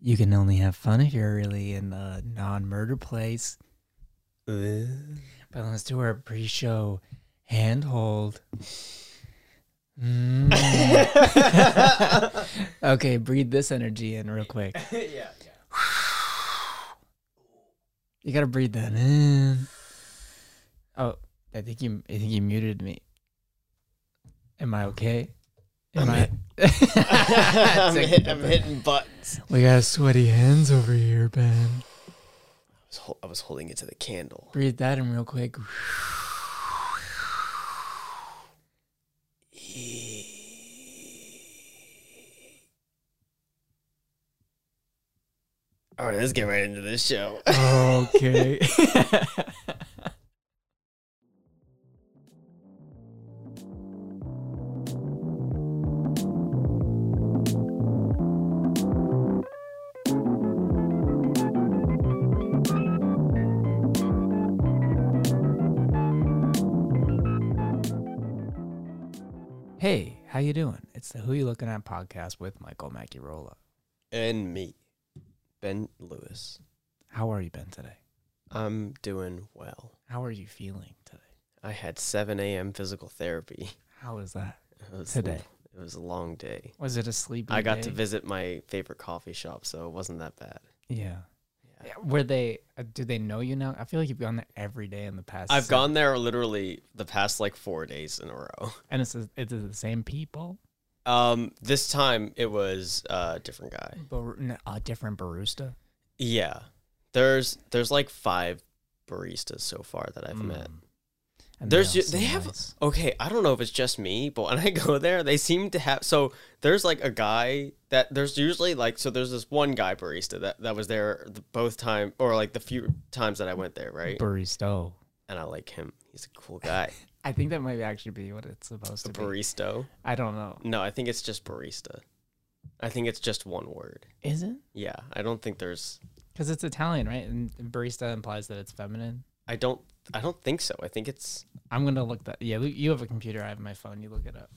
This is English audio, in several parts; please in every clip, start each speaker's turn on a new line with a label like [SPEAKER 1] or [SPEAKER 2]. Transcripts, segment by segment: [SPEAKER 1] you can only have fun if you're really in the non-murder place. But let's do our pre-show handhold. Mm. okay, breathe this energy in real quick.
[SPEAKER 2] yeah, yeah.
[SPEAKER 1] You gotta breathe that in. Oh, I think you. I think you muted me. Am I okay? Am I?
[SPEAKER 2] I'm,
[SPEAKER 1] It's
[SPEAKER 2] hit,
[SPEAKER 1] like-
[SPEAKER 2] I'm hitting buttons.
[SPEAKER 1] we got sweaty hands over here, Ben.
[SPEAKER 2] I was, hol- I was holding it to the candle.
[SPEAKER 1] Breathe that in real quick.
[SPEAKER 2] All right, let's get right into this show.
[SPEAKER 1] Okay. Hey, how you doing? It's the Who You Looking At podcast with Michael Macchiarola.
[SPEAKER 2] and me, Ben Lewis.
[SPEAKER 1] How are you been today?
[SPEAKER 2] I'm doing well.
[SPEAKER 1] How are you feeling today?
[SPEAKER 2] I had 7 a.m. physical therapy
[SPEAKER 1] How was that?
[SPEAKER 2] It was-
[SPEAKER 1] Today.
[SPEAKER 2] It was a long day.
[SPEAKER 1] Was it a sleepy?
[SPEAKER 2] I got to
[SPEAKER 1] day?
[SPEAKER 2] visit my favorite coffee shop, so it wasn't that bad.
[SPEAKER 1] Yeah.
[SPEAKER 2] Yeah.
[SPEAKER 1] Yeah, Were they? Uh, do they know you now? I feel like you've gone there every day in the past.
[SPEAKER 2] I've
[SPEAKER 1] se-
[SPEAKER 2] gone there literally the past like four days in a row.
[SPEAKER 1] and it's the- it's the same people,
[SPEAKER 2] Um, this time it was a different guy.
[SPEAKER 1] but a different barista.
[SPEAKER 2] Yeah, there's there's like five baristas so far that I've met.
[SPEAKER 1] Mm. And
[SPEAKER 2] There's
[SPEAKER 1] all
[SPEAKER 2] ju- they
[SPEAKER 1] seem
[SPEAKER 2] have-
[SPEAKER 1] nice.
[SPEAKER 2] Okay, I don't know if it's just me, but when I go there, they seem to have. So there's like a guy that there's usually like so there's this one guy barista that that was there the, both time or like the few times that I went there, right?
[SPEAKER 1] barista.
[SPEAKER 2] And I like him. He's a cool guy.
[SPEAKER 1] I think that might actually be what it's supposed
[SPEAKER 2] a
[SPEAKER 1] to be.
[SPEAKER 2] barista.
[SPEAKER 1] I don't know.
[SPEAKER 2] No, I think it's just barista. I think it's just one word.
[SPEAKER 1] Is it?
[SPEAKER 2] Yeah, I don't think there's.
[SPEAKER 1] Because it's Italian, right? And barista implies that it's feminine.
[SPEAKER 2] I don't. I don't think so. I think it's.
[SPEAKER 1] I'm gonna look that. Yeah, you have a computer. I have my phone. You look it up.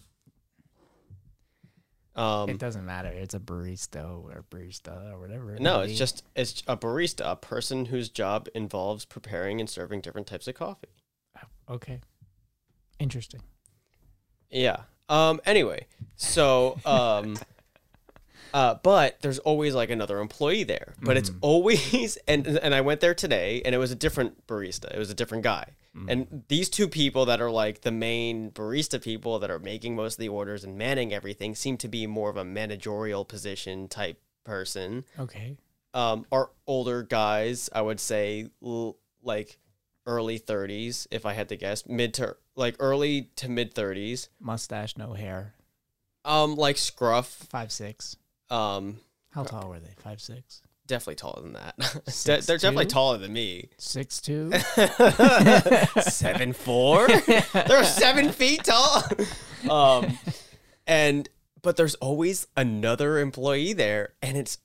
[SPEAKER 2] Um,
[SPEAKER 1] it doesn't matter. It's a barista or barista or whatever. it
[SPEAKER 2] No,
[SPEAKER 1] may
[SPEAKER 2] it's
[SPEAKER 1] be.
[SPEAKER 2] just it's a barista, a person whose job involves preparing and serving different types of coffee.
[SPEAKER 1] okay. Interesting.
[SPEAKER 2] Yeah. Um anyway, so um uh but there's always like another employee there. But it's always and and I went there today and it was a different barista. It was a different guy. And these two people that are like the main barista people that are making most of the orders and manning everything seem to be more of a managerial position type person.
[SPEAKER 1] Okay.
[SPEAKER 2] um, are older guys. I would say l- like early 30s, if I had to guess, mid to like early to mid 30s.
[SPEAKER 1] Mustache, no hair.
[SPEAKER 2] Um, like scruff.
[SPEAKER 1] Five six.
[SPEAKER 2] Um,
[SPEAKER 1] How tall were they? Five six.
[SPEAKER 2] definitely taller than that. De-
[SPEAKER 1] Six
[SPEAKER 2] they're definitely
[SPEAKER 1] two?
[SPEAKER 2] taller than me.
[SPEAKER 1] Six two.
[SPEAKER 2] seven four. They're seven feet tall. Um, and but there's always another employee there, and it's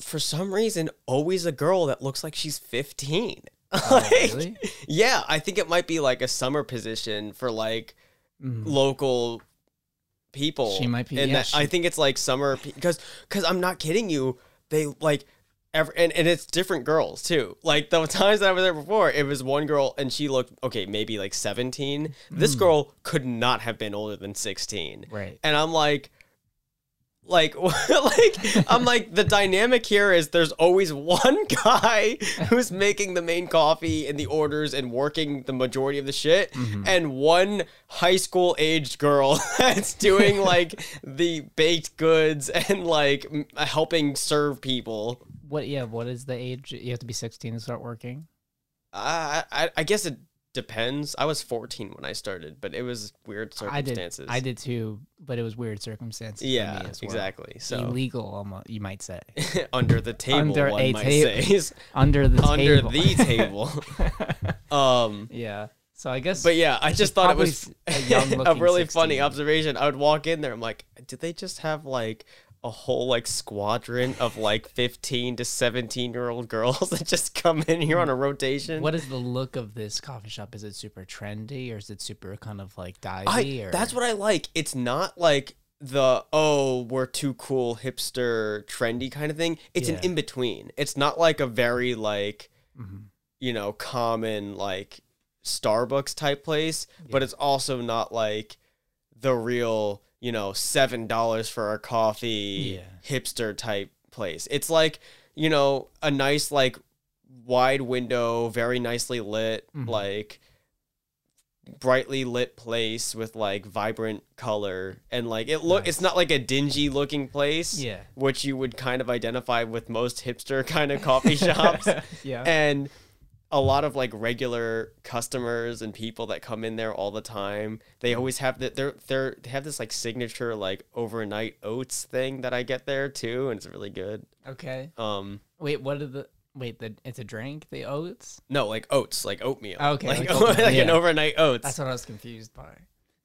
[SPEAKER 2] for some reason always a girl that looks like she's 15.
[SPEAKER 1] Oh, really?
[SPEAKER 2] Yeah, I think it might be like a summer position for like
[SPEAKER 1] Mm. local
[SPEAKER 2] local people.
[SPEAKER 1] She might be-
[SPEAKER 2] And
[SPEAKER 1] yeah,
[SPEAKER 2] that,
[SPEAKER 1] she-
[SPEAKER 2] I think it's like summer because because I'm not kidding you. They like every and, and it's different girls too. Like the times that I was there before, it was one girl and she looked okay, maybe like 17. This girl could not have been older than 16
[SPEAKER 1] Right.
[SPEAKER 2] and I'm like, like, like I'm like the dynamic here is there's always one guy who's making the main coffee and the orders and working the majority of the shit,
[SPEAKER 1] Mm-hmm.
[SPEAKER 2] and one high school aged girl that's doing like the baked goods and like m- helping serve people.
[SPEAKER 1] What? Yeah. What is the age? You have to be sixteen to start working.
[SPEAKER 2] I I, I guess it depends. I was 14 when I started, but it was weird
[SPEAKER 1] I did.
[SPEAKER 2] circumstances.
[SPEAKER 1] I did too, but it was weird circumstances. for me
[SPEAKER 2] Yeah,
[SPEAKER 1] as well.
[SPEAKER 2] exactly. So
[SPEAKER 1] Illegal, almost you might say,
[SPEAKER 2] under the table,
[SPEAKER 1] Under
[SPEAKER 2] one
[SPEAKER 1] a
[SPEAKER 2] might
[SPEAKER 1] table.
[SPEAKER 2] say.
[SPEAKER 1] under the
[SPEAKER 2] under
[SPEAKER 1] table.
[SPEAKER 2] the table. um,
[SPEAKER 1] yeah. So I guess.
[SPEAKER 2] but yeah, I just thought it was
[SPEAKER 1] probably s- a young
[SPEAKER 2] a
[SPEAKER 1] looking
[SPEAKER 2] really funny
[SPEAKER 1] 16.
[SPEAKER 2] observation. I would walk in there, I'm like, did they just have like a whole like squadron of like 15 to 17 year old girls that just come in here on a rotation?
[SPEAKER 1] what is the look of this coffee shop? Is it super trendy, or is it super kind of like divey?
[SPEAKER 2] I,
[SPEAKER 1] or
[SPEAKER 2] that's what I like. It's not like the oh we're too cool hipster trendy kind of thing it's an
[SPEAKER 1] Yeah.
[SPEAKER 2] in between it's not like a very like
[SPEAKER 1] Mhm.
[SPEAKER 2] you know common like starbucks type place but it's also not like the real you know seven dollars for a coffee hipster type place it's like you know a nice like wide window very nicely lit
[SPEAKER 1] Mhm.
[SPEAKER 2] like brightly lit place with like vibrant color and like it look it's not like a dingy looking place
[SPEAKER 1] Yeah.
[SPEAKER 2] which you would kind of identify with most hipster kind of coffee shops
[SPEAKER 1] yeah.
[SPEAKER 2] and a lot of like regular customers and people that come in there all the time they always have that they're they're they have this like signature like overnight oats thing that i get there too and it's really good
[SPEAKER 1] okay.
[SPEAKER 2] um
[SPEAKER 1] Wait, what are the wait, the it's a drink, the oats?
[SPEAKER 2] no like oats like oatmeal
[SPEAKER 1] Okay,
[SPEAKER 2] like,
[SPEAKER 1] like oatmeal,
[SPEAKER 2] like an
[SPEAKER 1] yeah.
[SPEAKER 2] overnight oats
[SPEAKER 1] That's what I was confused by. So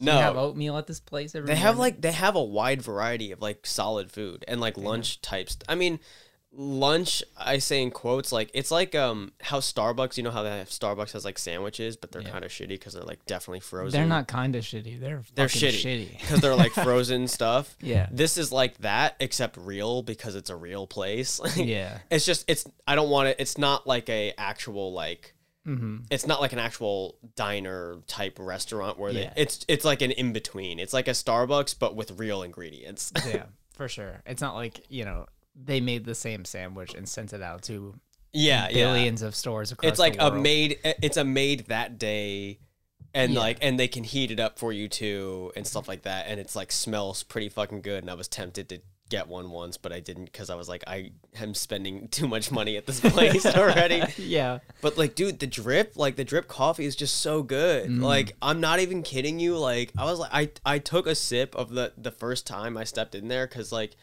[SPEAKER 2] no
[SPEAKER 1] You have oatmeal at this place every
[SPEAKER 2] They have
[SPEAKER 1] morning?
[SPEAKER 2] like they have a wide variety of like solid food and like lunch types. I mean, lunch I say in quotes like it's like um how Starbucks. You know how they have Starbucks has like sandwiches, but they're
[SPEAKER 1] Yeah.
[SPEAKER 2] kind of shitty because they're like definitely frozen.
[SPEAKER 1] They're not kinda shitty. They're
[SPEAKER 2] They're
[SPEAKER 1] fucking
[SPEAKER 2] shitty because they're like frozen stuff.
[SPEAKER 1] Yeah.
[SPEAKER 2] This is like that except real because it's a real place. Like,
[SPEAKER 1] yeah.
[SPEAKER 2] It's just it's I don't want it. It's not like a actual like
[SPEAKER 1] Mm-hmm.
[SPEAKER 2] it's not like an actual diner type restaurant where
[SPEAKER 1] Yeah.
[SPEAKER 2] they it's it's like an in between. It's like a Starbucks but with real ingredients.
[SPEAKER 1] Yeah, for sure. It's not like, you know, they made the same sandwich and sent it out to
[SPEAKER 2] yeah, yeah.
[SPEAKER 1] billions of stores across
[SPEAKER 2] It's like
[SPEAKER 1] the
[SPEAKER 2] a
[SPEAKER 1] world.
[SPEAKER 2] made it's a made that day and
[SPEAKER 1] Yeah.
[SPEAKER 2] like and they can heat it up for you too and stuff like that and it's like smells pretty fucking good and I was tempted to get one once but I didn't cuz I was like I am spending too much money at this place already.
[SPEAKER 1] Yeah.
[SPEAKER 2] But like, dude, the drip, like the drip coffee is just so good.
[SPEAKER 1] Mm.
[SPEAKER 2] Like, I'm not even kidding you. Like, I was like, I I took a sip of the the first time I stepped in there because like,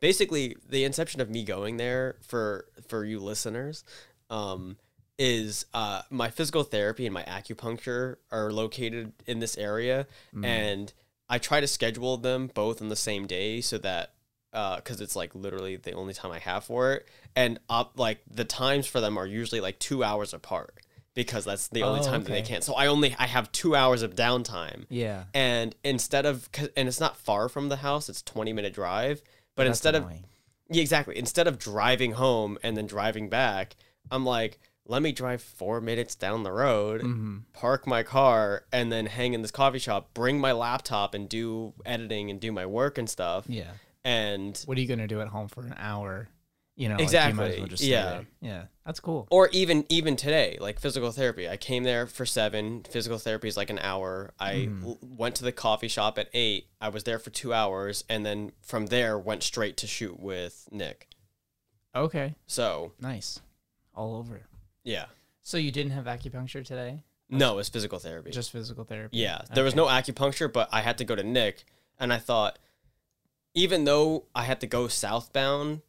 [SPEAKER 2] basically, the inception of me going there for for you listeners, um, is uh my physical therapy and my acupuncture are located in this area,
[SPEAKER 1] Mm-hmm.
[SPEAKER 2] and I try to schedule them both on the same day so that because it's like literally the only time I have for it, and up like the times for them are usually like two hours apart because that's the only
[SPEAKER 1] Oh,
[SPEAKER 2] time that they
[SPEAKER 1] okay.
[SPEAKER 2] can. So I only I have two hours of downtime,
[SPEAKER 1] Yeah.
[SPEAKER 2] and instead of 'cause- and it's not far from the house, it's twenty minute drive. But
[SPEAKER 1] That's
[SPEAKER 2] instead of
[SPEAKER 1] annoying.
[SPEAKER 2] yeah, exactly. Instead of driving home and then driving back, I'm like, let me drive four minutes down the road,
[SPEAKER 1] Mm. Mm-hmm.
[SPEAKER 2] park my car, and then hang in this coffee shop, bring my laptop and do editing and do my work and stuff.
[SPEAKER 1] Yeah.
[SPEAKER 2] And
[SPEAKER 1] What are you gonna do at home for an hour? You know, like, you might as
[SPEAKER 2] Exactly,
[SPEAKER 1] well just stay
[SPEAKER 2] yeah.
[SPEAKER 1] there. Yeah. That's cool.
[SPEAKER 2] or even even today like physical therapy i came there for seven physical therapy is like an hour i l- went to the coffee shop at eight i was there for two hours and then from there went straight to shoot with nick
[SPEAKER 1] Okay.
[SPEAKER 2] so
[SPEAKER 1] Nice. All over.
[SPEAKER 2] yeah
[SPEAKER 1] So you didn't have acupuncture today?
[SPEAKER 2] no it's physical therapy
[SPEAKER 1] Just physical therapy. Uh,
[SPEAKER 2] yeah there was no acupuncture but i had to go to nick and i thought even though i had to go southbound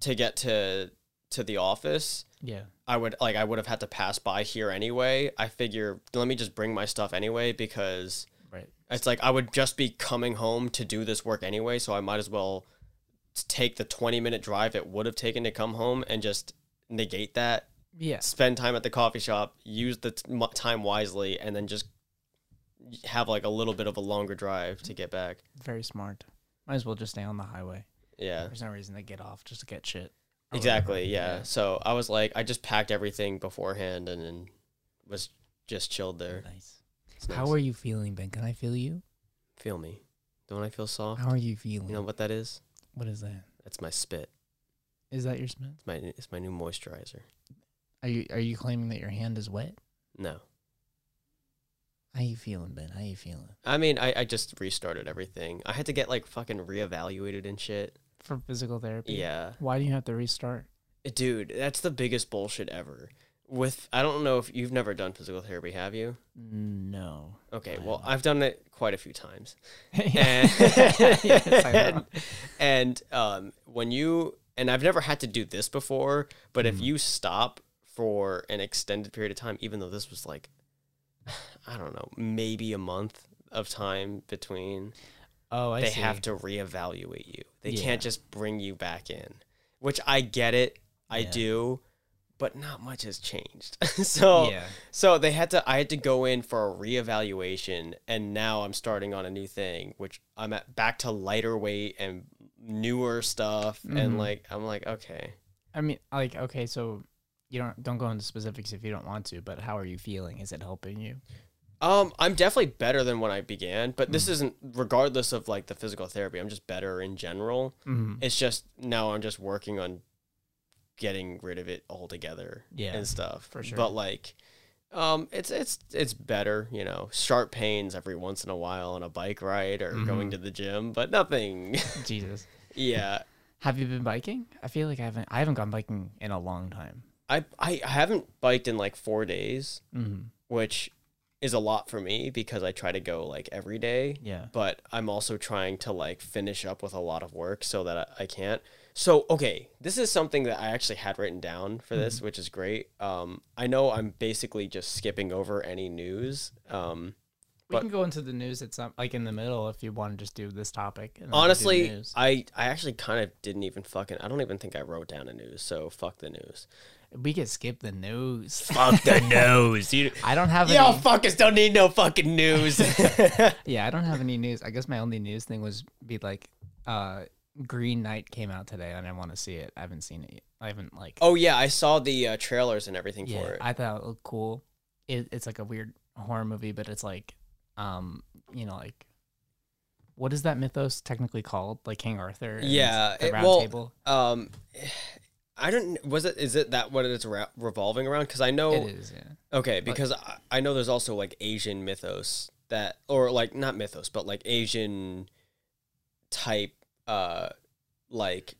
[SPEAKER 2] to get to to the office
[SPEAKER 1] Yeah.
[SPEAKER 2] I would like I would have had to pass by here anyway. I figure let me just bring my stuff anyway because
[SPEAKER 1] Right.
[SPEAKER 2] it's like I would just be coming home to do this work anyway, so I might as well t- take the 20 minute drive it would have taken to come home and just negate that,
[SPEAKER 1] Yeah.
[SPEAKER 2] spend time at the coffee shop, use the t- mo- time wisely and then just have like a little bit of a longer drive to get back.
[SPEAKER 1] Very smart. Might as well just stay on the highway.
[SPEAKER 2] Yeah.
[SPEAKER 1] There's no reason to get off just to get shit. or
[SPEAKER 2] Exactly.
[SPEAKER 1] whatever.
[SPEAKER 2] Yeah. So I was like I just packed everything beforehand and then was just chilled there.
[SPEAKER 1] Nice. How are you feeling, Ben? Can I feel you?
[SPEAKER 2] Feel me. Don't I feel soft?
[SPEAKER 1] How are you feeling?
[SPEAKER 2] You know what that is?
[SPEAKER 1] What is that?
[SPEAKER 2] That's my spit.
[SPEAKER 1] Is that your smell?
[SPEAKER 2] It's my it's my new moisturizer.
[SPEAKER 1] Are you are you claiming that your hand is wet?
[SPEAKER 2] No.
[SPEAKER 1] How you feeling, Ben? How you feeling?
[SPEAKER 2] I mean, I, I just restarted everything. I had to get like fucking reevaluated and shit.
[SPEAKER 1] For physical therapy?
[SPEAKER 2] Yeah. Eh,
[SPEAKER 1] Why do you have to restart?
[SPEAKER 2] Dude, that's the biggest bullshit ever. With I don't know if you've never done physical therapy, have you?
[SPEAKER 1] No.
[SPEAKER 2] Okay,
[SPEAKER 1] I
[SPEAKER 2] well,
[SPEAKER 1] haven't.
[SPEAKER 2] I've done it quite a few times. And,
[SPEAKER 1] yes, I know.
[SPEAKER 2] and um, when you and I've never had to do this before, but if you stop for an extended period of time, even though this was like, I don't know, maybe a month of time between,
[SPEAKER 1] Oh, I
[SPEAKER 2] they
[SPEAKER 1] see.
[SPEAKER 2] have to reevaluate you. They
[SPEAKER 1] Yeah.
[SPEAKER 2] can't just bring you back in, which I get it. I
[SPEAKER 1] Yeah.
[SPEAKER 2] do. but not much has changed. so
[SPEAKER 1] Yeah.
[SPEAKER 2] so they had to I had to go in for a reevaluation and now I'm starting on a new thing, which I'm at back to lighter weight and newer stuff and
[SPEAKER 1] Mhm.
[SPEAKER 2] like I'm like, okay.
[SPEAKER 1] I mean, like, okay, so you don't don't go into specifics if you don't want to, but how are you feeling? Is it helping you?
[SPEAKER 2] Um, I'm definitely better than when I began, but
[SPEAKER 1] Mm.
[SPEAKER 2] this isn't regardless of like the physical therapy. I'm just better in general.
[SPEAKER 1] Mm-hmm.
[SPEAKER 2] It's just now I'm just working on getting rid of it altogether.
[SPEAKER 1] Yeah,
[SPEAKER 2] and stuff
[SPEAKER 1] for sure.
[SPEAKER 2] But like, um, it's it's it's better, you know. Sharp pains every once in a while on a bike ride or going
[SPEAKER 1] Mhm.
[SPEAKER 2] to the gym, but nothing.
[SPEAKER 1] Jesus.
[SPEAKER 2] yeah,
[SPEAKER 1] Have you been biking? I feel like I haven't. I haven't gone biking in a long time.
[SPEAKER 2] I I haven't biked in like four days,
[SPEAKER 1] Mm-hmm.
[SPEAKER 2] which is a lot for me because I try to go like every day.
[SPEAKER 1] Yeah.
[SPEAKER 2] but I'm also trying to like finish up with a lot of work so that I, I can't. So okay, this is something that I actually had written down for this, which is great. Um, I know I'm basically just skipping over any news. Um,
[SPEAKER 1] We
[SPEAKER 2] But-
[SPEAKER 1] can go into the news at some, like in the middle, if you want to just do this topic.
[SPEAKER 2] Oh,
[SPEAKER 1] and then we'll do
[SPEAKER 2] honestly,
[SPEAKER 1] news.
[SPEAKER 2] I I actually kind of didn't even fucking. I don't even think I wrote down a news. So fuck the news.
[SPEAKER 1] we could skip the news.
[SPEAKER 2] Fuck the news. You,
[SPEAKER 1] I don't have
[SPEAKER 2] y'all
[SPEAKER 1] any.
[SPEAKER 2] fuckers don't need no fucking news.
[SPEAKER 1] Yeah, I don't have any news. I guess my only news thing was be like, uh, Green Knight came out today, and I want to see it. I haven't seen it. yet. I haven't like.
[SPEAKER 2] oh yeah, I saw the uh, trailers and everything for
[SPEAKER 1] yeah,
[SPEAKER 2] it.
[SPEAKER 1] I thought it looked cool. It, it's like a weird horror movie, but it's like, um, you know, like, what is that mythos technically called? Like King Arthur. and
[SPEAKER 2] Yeah,
[SPEAKER 1] the
[SPEAKER 2] it-
[SPEAKER 1] Round
[SPEAKER 2] well,
[SPEAKER 1] Table.
[SPEAKER 2] um i don't was it is it that what it's ra- revolving around because i know
[SPEAKER 1] it is. Yeah.
[SPEAKER 2] okay because I, I know there's also like asian mythos that or like not mythos but like asian type uh like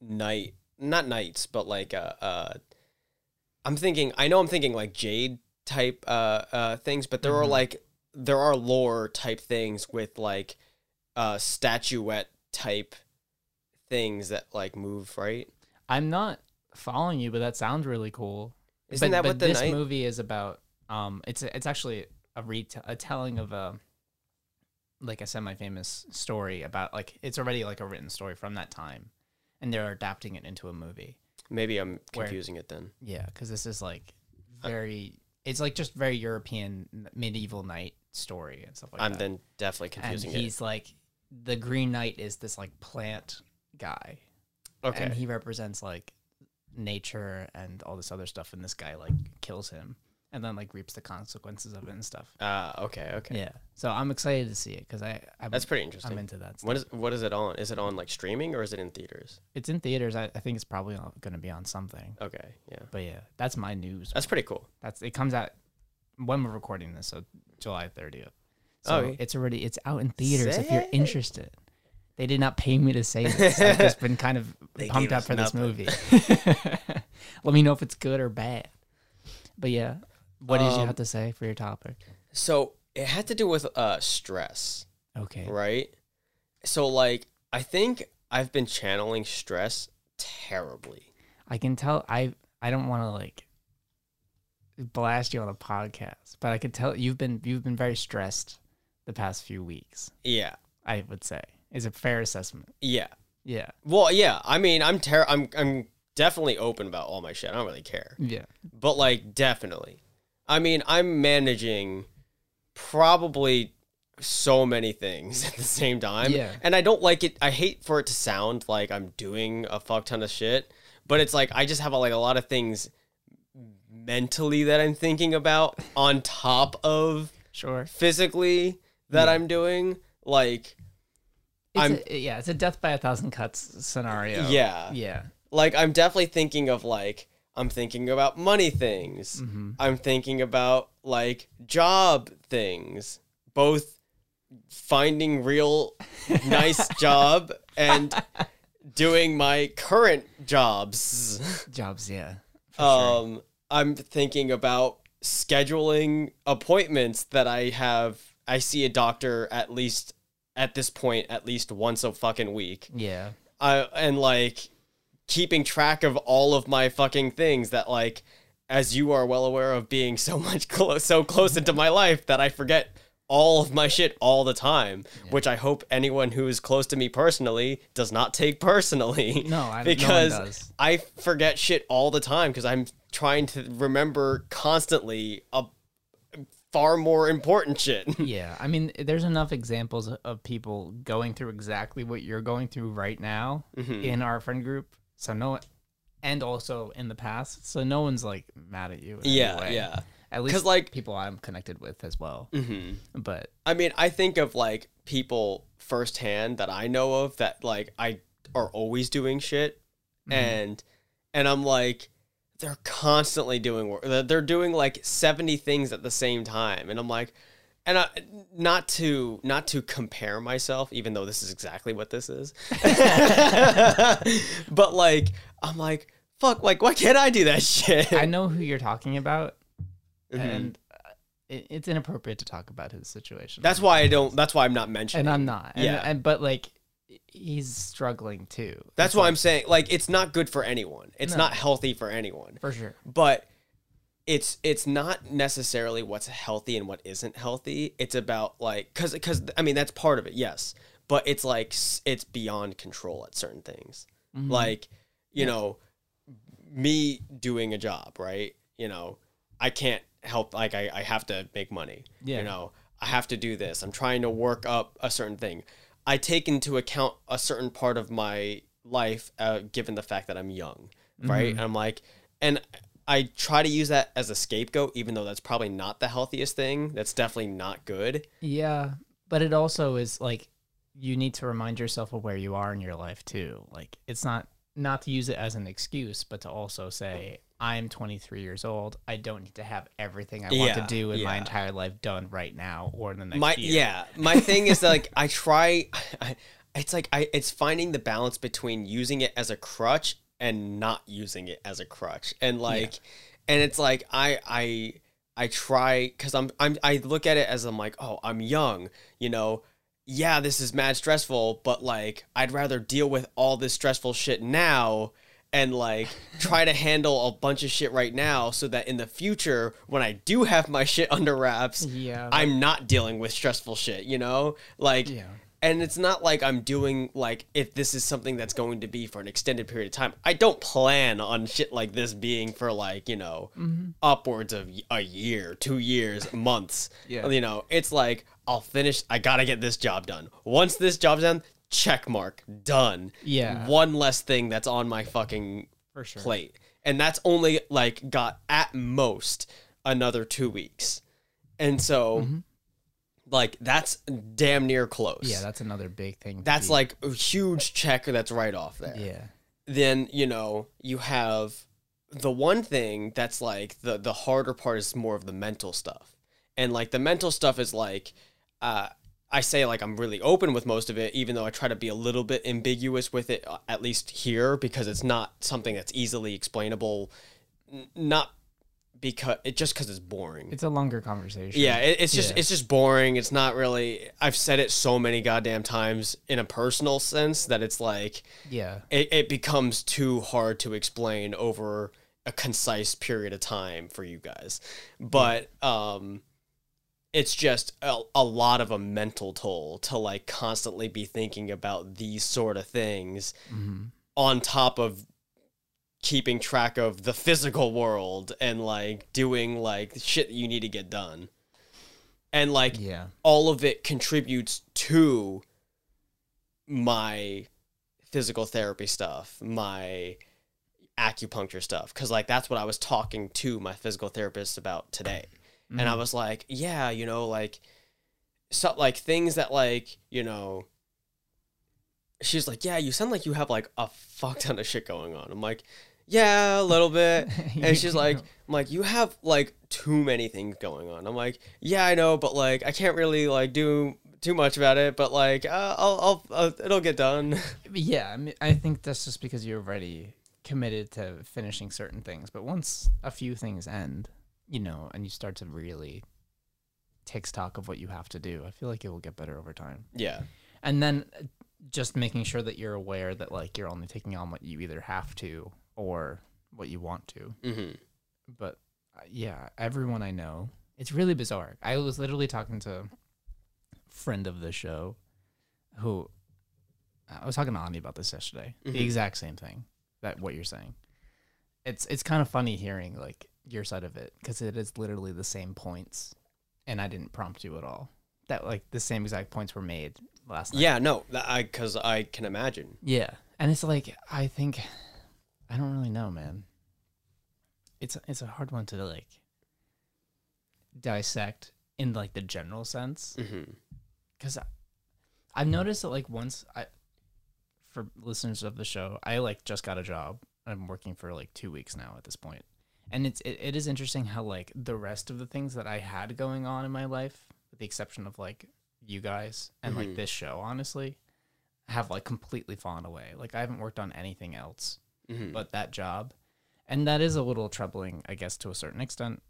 [SPEAKER 2] knight not knights but like uh uh i'm thinking i know i'm thinking like jade type uh uh things but there are
[SPEAKER 1] Mhm.
[SPEAKER 2] like there are lore type things with like uh statuette type things that like move right
[SPEAKER 1] I'm not following you, but that sounds really cool.
[SPEAKER 2] Isn't
[SPEAKER 1] but,
[SPEAKER 2] that
[SPEAKER 1] but
[SPEAKER 2] what the
[SPEAKER 1] this
[SPEAKER 2] knight-
[SPEAKER 1] movie is about? Um, it's it's actually a reta- a telling of a like a semi-famous story about like it's already like a written story from that time, and they're adapting it into a movie.
[SPEAKER 2] maybe i'm
[SPEAKER 1] Where-
[SPEAKER 2] confusing it then
[SPEAKER 1] Yeah, because this is like
[SPEAKER 2] Uh,
[SPEAKER 1] very it's like just very European n- medieval knight story and stuff like
[SPEAKER 2] i'm
[SPEAKER 1] that.
[SPEAKER 2] then definitely
[SPEAKER 1] and
[SPEAKER 2] confusing it
[SPEAKER 1] he's like the Green Knight is this like plant guy
[SPEAKER 2] okay
[SPEAKER 1] and he represents like nature and all this other stuff and this guy like kills him and then like reaps the consequences of it and stuff
[SPEAKER 2] Ah, okay, okay.
[SPEAKER 1] yeah so i'm excited to see it because i I'm,
[SPEAKER 2] That's pretty
[SPEAKER 1] I'm
[SPEAKER 2] interesting.
[SPEAKER 1] into that stuff.
[SPEAKER 2] What is what is it on? Is it on like streaming or is it in theaters?
[SPEAKER 1] it's in theaters I, I think it's probably going to be on something
[SPEAKER 2] Okay, yeah.
[SPEAKER 1] but yeah that's my news
[SPEAKER 2] That's pretty cool.
[SPEAKER 1] that's it comes out when we're recording this so july 30th so
[SPEAKER 2] Oh, yeah.
[SPEAKER 1] it's already it's out in theaters if you're
[SPEAKER 2] Sick.
[SPEAKER 1] interested they did not pay me to say this i've just been kind of
[SPEAKER 2] They
[SPEAKER 1] pumped
[SPEAKER 2] gave
[SPEAKER 1] up
[SPEAKER 2] us
[SPEAKER 1] for this
[SPEAKER 2] nothing.
[SPEAKER 1] movie let me know if it's good or bad but yeah what did you
[SPEAKER 2] Um,
[SPEAKER 1] have to say for your topic
[SPEAKER 2] So it had to do with uh stress,
[SPEAKER 1] okay
[SPEAKER 2] right? So like I think I've been channeling stress terribly.
[SPEAKER 1] i can tell i i don't want to like blast you on a podcast but i could tell you've been you've been very stressed the past few weeks
[SPEAKER 2] Yeah.
[SPEAKER 1] i would say is a fair assessment
[SPEAKER 2] Yeah.
[SPEAKER 1] yeah
[SPEAKER 2] Well, yeah. I mean, I'm ter- I'm I'm definitely open about all my shit. I don't really care.
[SPEAKER 1] yeah
[SPEAKER 2] But like definitely. I mean, I'm managing probably so many things at the same time.
[SPEAKER 1] Yeah.
[SPEAKER 2] And I don't like it. I hate for it to sound like I'm doing a fuck ton of shit, but it's like I just have like a lot of things mentally that I'm thinking about on top of
[SPEAKER 1] sure
[SPEAKER 2] physically that I'm doing. Like,
[SPEAKER 1] It's
[SPEAKER 2] I'm-
[SPEAKER 1] a, yeah, it's a death by a thousand cuts scenario.
[SPEAKER 2] yeah.
[SPEAKER 1] Yeah.
[SPEAKER 2] Like, I'm definitely thinking of like, I'm thinking about money things.
[SPEAKER 1] hmm
[SPEAKER 2] I'm thinking about like job things, both finding real nice job and doing my current jobs.
[SPEAKER 1] Jobs, yeah. For sure.
[SPEAKER 2] Um, I'm thinking about scheduling appointments that I have. I see a doctor at least at this point at least once a fucking week.
[SPEAKER 1] Yeah.
[SPEAKER 2] I and like keeping track of all of my fucking things that like as you are well aware of being so much close so close into my life that I forget all of my shit all the time, which I hope anyone who is close to me personally does not take personally.
[SPEAKER 1] No, I- no one
[SPEAKER 2] because
[SPEAKER 1] does.
[SPEAKER 2] I forget shit all the time because I'm trying to remember constantly a far more important shit.
[SPEAKER 1] Yeah, I mean, there's enough examples of people going through exactly what you're going through right now
[SPEAKER 2] Mm-hmm.
[SPEAKER 1] in our friend group. So no, and also in the past, so no one's like mad at you. in any
[SPEAKER 2] Yeah,
[SPEAKER 1] way.
[SPEAKER 2] yeah.
[SPEAKER 1] At
[SPEAKER 2] 'Cause,
[SPEAKER 1] least
[SPEAKER 2] like- Mm.
[SPEAKER 1] like people I'm connected with as well. But
[SPEAKER 2] I mean, I think of like people firsthand that I know of that like I are always doing shit, and and I'm like, they're constantly doing work. They're they're doing like seventy things at the same time, and I'm like, and I, not to not to compare myself, even though this is exactly what this is, but like I'm like, fuck, like why can't I do that shit?
[SPEAKER 1] I know who you're talking about,
[SPEAKER 2] Mm-hmm.
[SPEAKER 1] and uh, it, it's inappropriate to talk about his situation.
[SPEAKER 2] that's why I don't. That's why I'm not mentioning.
[SPEAKER 1] and I'm not. And,
[SPEAKER 2] Yeah.
[SPEAKER 1] and but like he's struggling too.
[SPEAKER 2] That's why I'm saying like it's not good for anyone. It's not healthy for anyone.
[SPEAKER 1] for sure.
[SPEAKER 2] But it's it's not necessarily what's healthy and what isn't healthy. It's about like cuz cuz I mean that's part of it. Yes. But it's like s- it's beyond control at certain things. Like, you know, me doing a job, right? You know, I can't help like I, I have to make money.
[SPEAKER 1] Yeah.
[SPEAKER 2] You know, I have to do this. I'm trying to work up a certain thing. I take into account a certain part of my life, uh, given the fact that I'm young, right? And I'm like, and I try to use that as a scapegoat, even though that's probably not the healthiest thing. That's definitely not good.
[SPEAKER 1] Yeah, but it also is like you need to remind yourself of where you are in your life too. Like it's not not to use it as an excuse, but to also say I'm 23 years old. I don't need to have everything I want
[SPEAKER 2] Yeah,
[SPEAKER 1] to do in my
[SPEAKER 2] yeah.
[SPEAKER 1] entire life done right now or in the next
[SPEAKER 2] my
[SPEAKER 1] year.
[SPEAKER 2] yeah my thing is that, like i try I, it's like i it's finding the balance between using it as a crutch and not using it as a crutch and like and it's like i i i try because I'm, I'm i look at it as i'm like oh i'm young you know yeah this is mad stressful but like i'd rather deal with all this stressful shit now and like try to handle a bunch of shit right now so that in the future when i do have my shit under wraps
[SPEAKER 1] Yeah.
[SPEAKER 2] I'm not dealing with stressful shit, you know? Like
[SPEAKER 1] Yeah.
[SPEAKER 2] and it's not like I'm doing like if this is something that's going to be for an extended period of time. I don't plan on shit like this being for like, you know,
[SPEAKER 1] Mm-hmm.
[SPEAKER 2] upwards of y- a year, 2 years, months.
[SPEAKER 1] Yeah.
[SPEAKER 2] You know, it's like I'll finish I got to get this job done. Once this job's done, check mark, done.
[SPEAKER 1] Yeah.
[SPEAKER 2] One less thing that's on my fucking
[SPEAKER 1] for sure.
[SPEAKER 2] plate. And that's only like got at most another two weeks. And so
[SPEAKER 1] Mm-hmm.
[SPEAKER 2] like that's damn near close.
[SPEAKER 1] Yeah, that's another big thing. to
[SPEAKER 2] that's
[SPEAKER 1] be-
[SPEAKER 2] like a huge check that's right off there.
[SPEAKER 1] yeah.
[SPEAKER 2] Then, you know, you have the one thing that's like the the harder part is more of the mental stuff. And like the mental stuff is like uh I say like I'm really open with most of it, even though I try to be a little bit ambiguous with it, uh, at least here, because it's not something that's easily explainable. N- not because it just because it's boring.
[SPEAKER 1] It's a longer conversation.
[SPEAKER 2] yeah, it, it's just
[SPEAKER 1] Yeah.
[SPEAKER 2] it's just boring. It's not really. I've said it so many goddamn times in a personal sense that it's like
[SPEAKER 1] Yeah.
[SPEAKER 2] it, it becomes too hard to explain over a concise period of time for you guys. But um it's just a, a lot of a mental toll to like constantly be thinking about these sort of things
[SPEAKER 1] hmm
[SPEAKER 2] on top of keeping track of the physical world and like doing like shit you need to get done. And like
[SPEAKER 1] Yeah.
[SPEAKER 2] all of it contributes to my physical therapy stuff, my acupuncture stuff cuz like that's what I was talking to my physical therapist about today. And
[SPEAKER 1] Mm-hmm.
[SPEAKER 2] I was like, yeah, you know, like so like things that like, you know, she's like, "Yeah, you sound like you have like a fuck ton of shit going on." I'm like, "Yeah, a little bit."
[SPEAKER 1] Mm-hmm.
[SPEAKER 2] And she's like, "I'm like, you have like too many things going on." I'm like, "Yeah, I know, but like I can't really like do too much about it, but like uh, I'll I'll uh, it'll get done."
[SPEAKER 1] Yeah, I, mean, I think that's just because you're already committed to finishing certain things. But once a few things end, you know, and you start to really take stock of what you have to do, I feel like it will get better over time.
[SPEAKER 2] yeah.
[SPEAKER 1] And then uh, just making sure that you're aware that like you're only taking on what you either have to or what you want to.
[SPEAKER 2] Mhm.
[SPEAKER 1] But uh, yeah, everyone I know, it's really bizarre. I was literally talking to friend of the show who uh, I was talking to Ani about this yesterday. The exact same thing that what you're saying. It's it's kind of funny hearing like your side of it because it is literally the same points, and I didn't prompt you at all. That like the same exact points were made last night.
[SPEAKER 2] Yeah, no, that- I because I can imagine.
[SPEAKER 1] Yeah. And it's like I think I don't really know, man. It's it's a hard one to like dissect in like the general sense
[SPEAKER 2] Mm-hmm.
[SPEAKER 1] cuz I've noticed that like once I for listeners of the show, I like just got a job. I'm working for like 2 weeks now at this point. And it's it, it is interesting how like the rest of the things that I had going on in my life, with the exception of like you guys and like
[SPEAKER 2] Mhm.
[SPEAKER 1] this show, honestly, have like completely fallen away. Like I haven't worked on anything else
[SPEAKER 2] Mm-hmm.
[SPEAKER 1] but that job. And that is a little troubling, I guess, to a certain extent.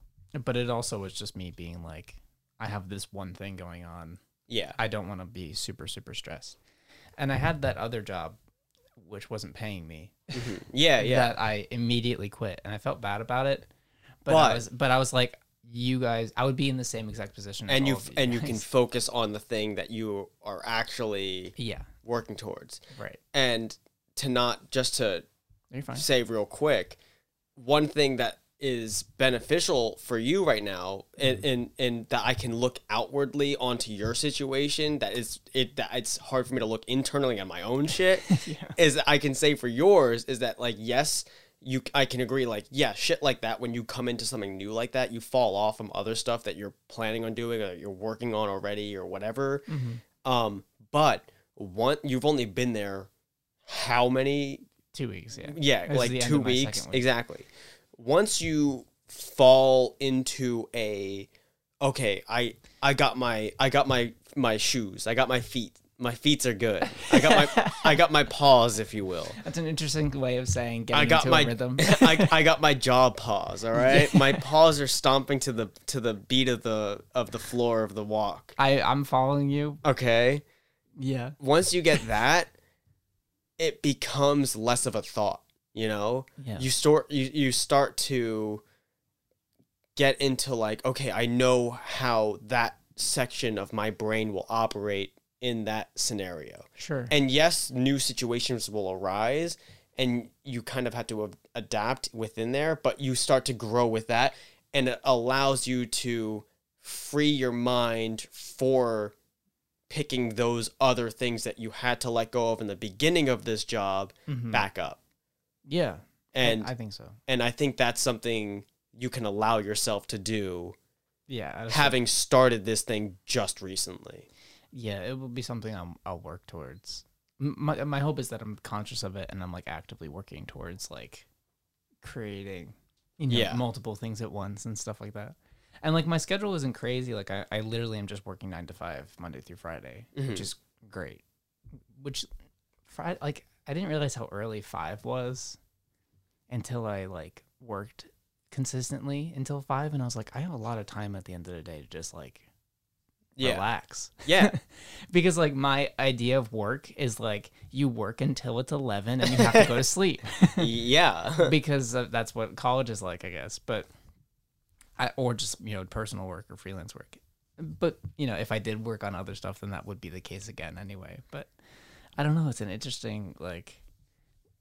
[SPEAKER 1] But it also was just me being like, I have this one thing going on.
[SPEAKER 2] yeah,
[SPEAKER 1] I don't want to be super, super stressed. And I had that other job, which wasn't paying me,
[SPEAKER 2] Mhm. yeah, yeah.
[SPEAKER 1] that I immediately quit. And I felt bad about it. But, I,
[SPEAKER 2] But-
[SPEAKER 1] was, but I was like, you guys, I would be in the same exact position. as
[SPEAKER 2] and you
[SPEAKER 1] all of
[SPEAKER 2] and you can
[SPEAKER 1] guys.
[SPEAKER 2] focus on the thing that you are actually
[SPEAKER 1] Yeah,
[SPEAKER 2] working towards,
[SPEAKER 1] right.
[SPEAKER 2] and to not just to
[SPEAKER 1] You're fine.
[SPEAKER 2] say real quick, one thing that is beneficial for you right now, and, and and that I can look outwardly onto your situation. That is it. That it's hard for me to look internally on my own shit. Is that I can say for yours is that like yes. You, I can agree. Like, yeah, shit like that. When you come into something new like that, you fall off from other stuff that you're planning on doing or you're working on already or whatever. Um, but one, you've only been there how many
[SPEAKER 1] Two weeks, yeah.
[SPEAKER 2] yeah,
[SPEAKER 1] This is the
[SPEAKER 2] like
[SPEAKER 1] end
[SPEAKER 2] two
[SPEAKER 1] of my
[SPEAKER 2] weeks.
[SPEAKER 1] second week.
[SPEAKER 2] Exactly. Once you fall into a okay, I I got my I got my my shoes. I got my feet. My feet are good. I got my I got my paws, if you will.
[SPEAKER 1] That's an interesting way of saying getting
[SPEAKER 2] I got
[SPEAKER 1] into
[SPEAKER 2] my
[SPEAKER 1] a rhythm.
[SPEAKER 2] I, I got my jaw paws, all right? My paws are stomping to the to the beat of the of the floor of the walk.
[SPEAKER 1] I, I'm following you.
[SPEAKER 2] Okay?
[SPEAKER 1] Yeah.
[SPEAKER 2] once you get that, it becomes less of a thought. You know,
[SPEAKER 1] Yeah.
[SPEAKER 2] you start you you start to get into like, okay, I know how that section of my brain will operate in that scenario.
[SPEAKER 1] Sure.
[SPEAKER 2] And yes, new situations will arise, and you kind of have to ab- adapt within there. But you start to grow with that, and it allows you to free your mind for picking those other things that you had to let go of in the beginning of this job
[SPEAKER 1] Mhm.
[SPEAKER 2] back up.
[SPEAKER 1] Yeah.
[SPEAKER 2] And
[SPEAKER 1] I think so.
[SPEAKER 2] and I think that's something you can allow yourself to do
[SPEAKER 1] Yeah. I just-
[SPEAKER 2] having started this thing just recently.
[SPEAKER 1] yeah, it will be something I'm, I'll work towards. M- My, my hope is that I'm conscious of it and I'm like actively working towards like creating, you know,
[SPEAKER 2] Yeah.
[SPEAKER 1] multiple things at once and stuff like that. And like my schedule isn't crazy. Like I, I literally am just working nine to five Monday through Friday,
[SPEAKER 2] Mhm.
[SPEAKER 1] which is great. Which Friday, like I didn't realize how early five was until I like worked consistently until five. And I was like, I have a lot of time at the end of the day to just like
[SPEAKER 2] Yeah.
[SPEAKER 1] relax
[SPEAKER 2] Yeah.
[SPEAKER 1] because like my idea of work is like you work until it's 11 and you have to go to sleep
[SPEAKER 2] yeah.
[SPEAKER 1] because uh, that's what college is like i guess but I, or just you know personal work or freelance work but you know if i did work on other stuff then that would be the case again anyway but i don't know it's an interesting like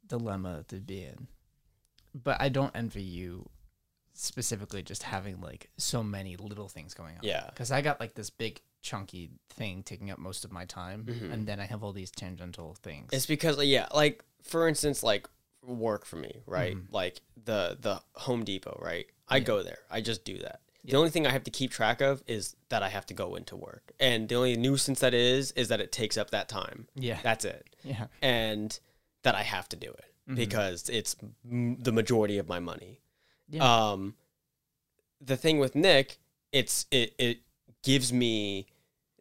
[SPEAKER 1] dilemma to be in but i don't envy you specifically just having like so many little things going on
[SPEAKER 2] Yeah.
[SPEAKER 1] because I got like this big chunky thing taking up most of my time,
[SPEAKER 2] Mhm.
[SPEAKER 1] and then I have all these tangential things.
[SPEAKER 2] It's because yeah, like for instance, like work for me, right? Like the the Home Depot, right? I go there. I just do that. The only thing I have to keep track of is that I have to go into work. And the only nuisance that is is that it takes up that time.
[SPEAKER 1] yeah,
[SPEAKER 2] That's it.
[SPEAKER 1] yeah,
[SPEAKER 2] And that I have to do it because it's m- the majority of my money.
[SPEAKER 1] Yeah.
[SPEAKER 2] Um the thing with Nick, it's it it gives me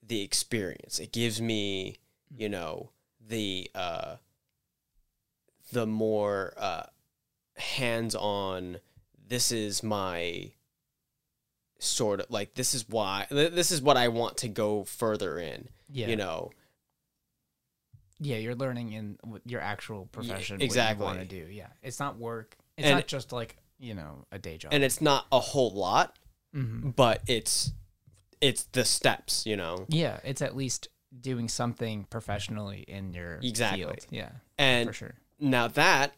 [SPEAKER 2] the experience. It gives me, you know, the uh the more uh hands-on this is my sort of like this is why th- this is what I want to go further in,
[SPEAKER 1] yeah.
[SPEAKER 2] you know.
[SPEAKER 1] yeah, you're learning in w- your actual profession
[SPEAKER 2] exactly.
[SPEAKER 1] what you want to do. Yeah, it's not work. It's
[SPEAKER 2] And-
[SPEAKER 1] not just like you know a day job.
[SPEAKER 2] And it's not a whole lot,
[SPEAKER 1] Mhm.
[SPEAKER 2] but it's it's the steps, you know.
[SPEAKER 1] Yeah, it's at least doing something professionally in your
[SPEAKER 2] Exactly.
[SPEAKER 1] field. Yeah,
[SPEAKER 2] And
[SPEAKER 1] for sure.
[SPEAKER 2] now that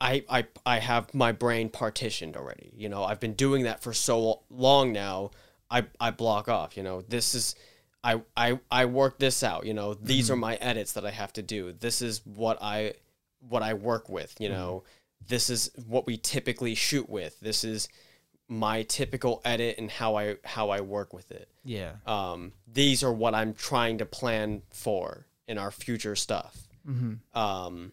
[SPEAKER 2] I, I I have my brain partitioned already. You know, I've been doing that for so long now. I I block off. You know, this is I I I work this out. You know, these
[SPEAKER 1] Mm-hmm.
[SPEAKER 2] are my edits that I have to do. This is what I what I work with. You know,
[SPEAKER 1] Mm-hmm.
[SPEAKER 2] this is what we typically shoot with. This is my typical edit and how I how I work with it.
[SPEAKER 1] Yeah,
[SPEAKER 2] Um, these are what I'm trying to plan for in our future stuff.
[SPEAKER 1] hmm
[SPEAKER 2] Um,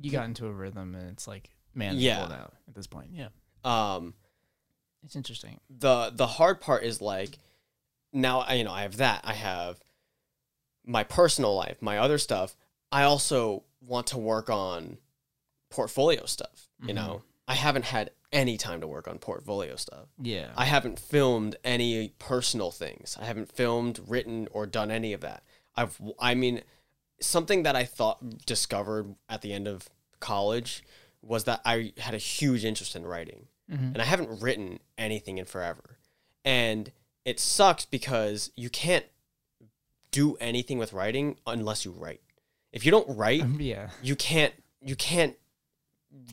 [SPEAKER 1] you got into a rhythm, and it's like manageable
[SPEAKER 2] Yeah.
[SPEAKER 1] now at this point. Yeah,
[SPEAKER 2] um,
[SPEAKER 1] it's interesting.
[SPEAKER 2] the the hard part is like now I you know I have that I have my personal life my other stuff I also want to work on portfolio stuff you
[SPEAKER 1] Mhm.
[SPEAKER 2] know I haven't had any time to work on portfolio stuff
[SPEAKER 1] Yeah,
[SPEAKER 2] I haven't filmed any personal things I haven't filmed written or done any of that I've I mean something that I thought discovered at the end of college was that I had a huge interest in writing
[SPEAKER 1] Mhm.
[SPEAKER 2] and I haven't written anything in forever. And it sucks because you can't do anything with writing unless you write. If you don't write,
[SPEAKER 1] yeah,
[SPEAKER 2] you can't you can't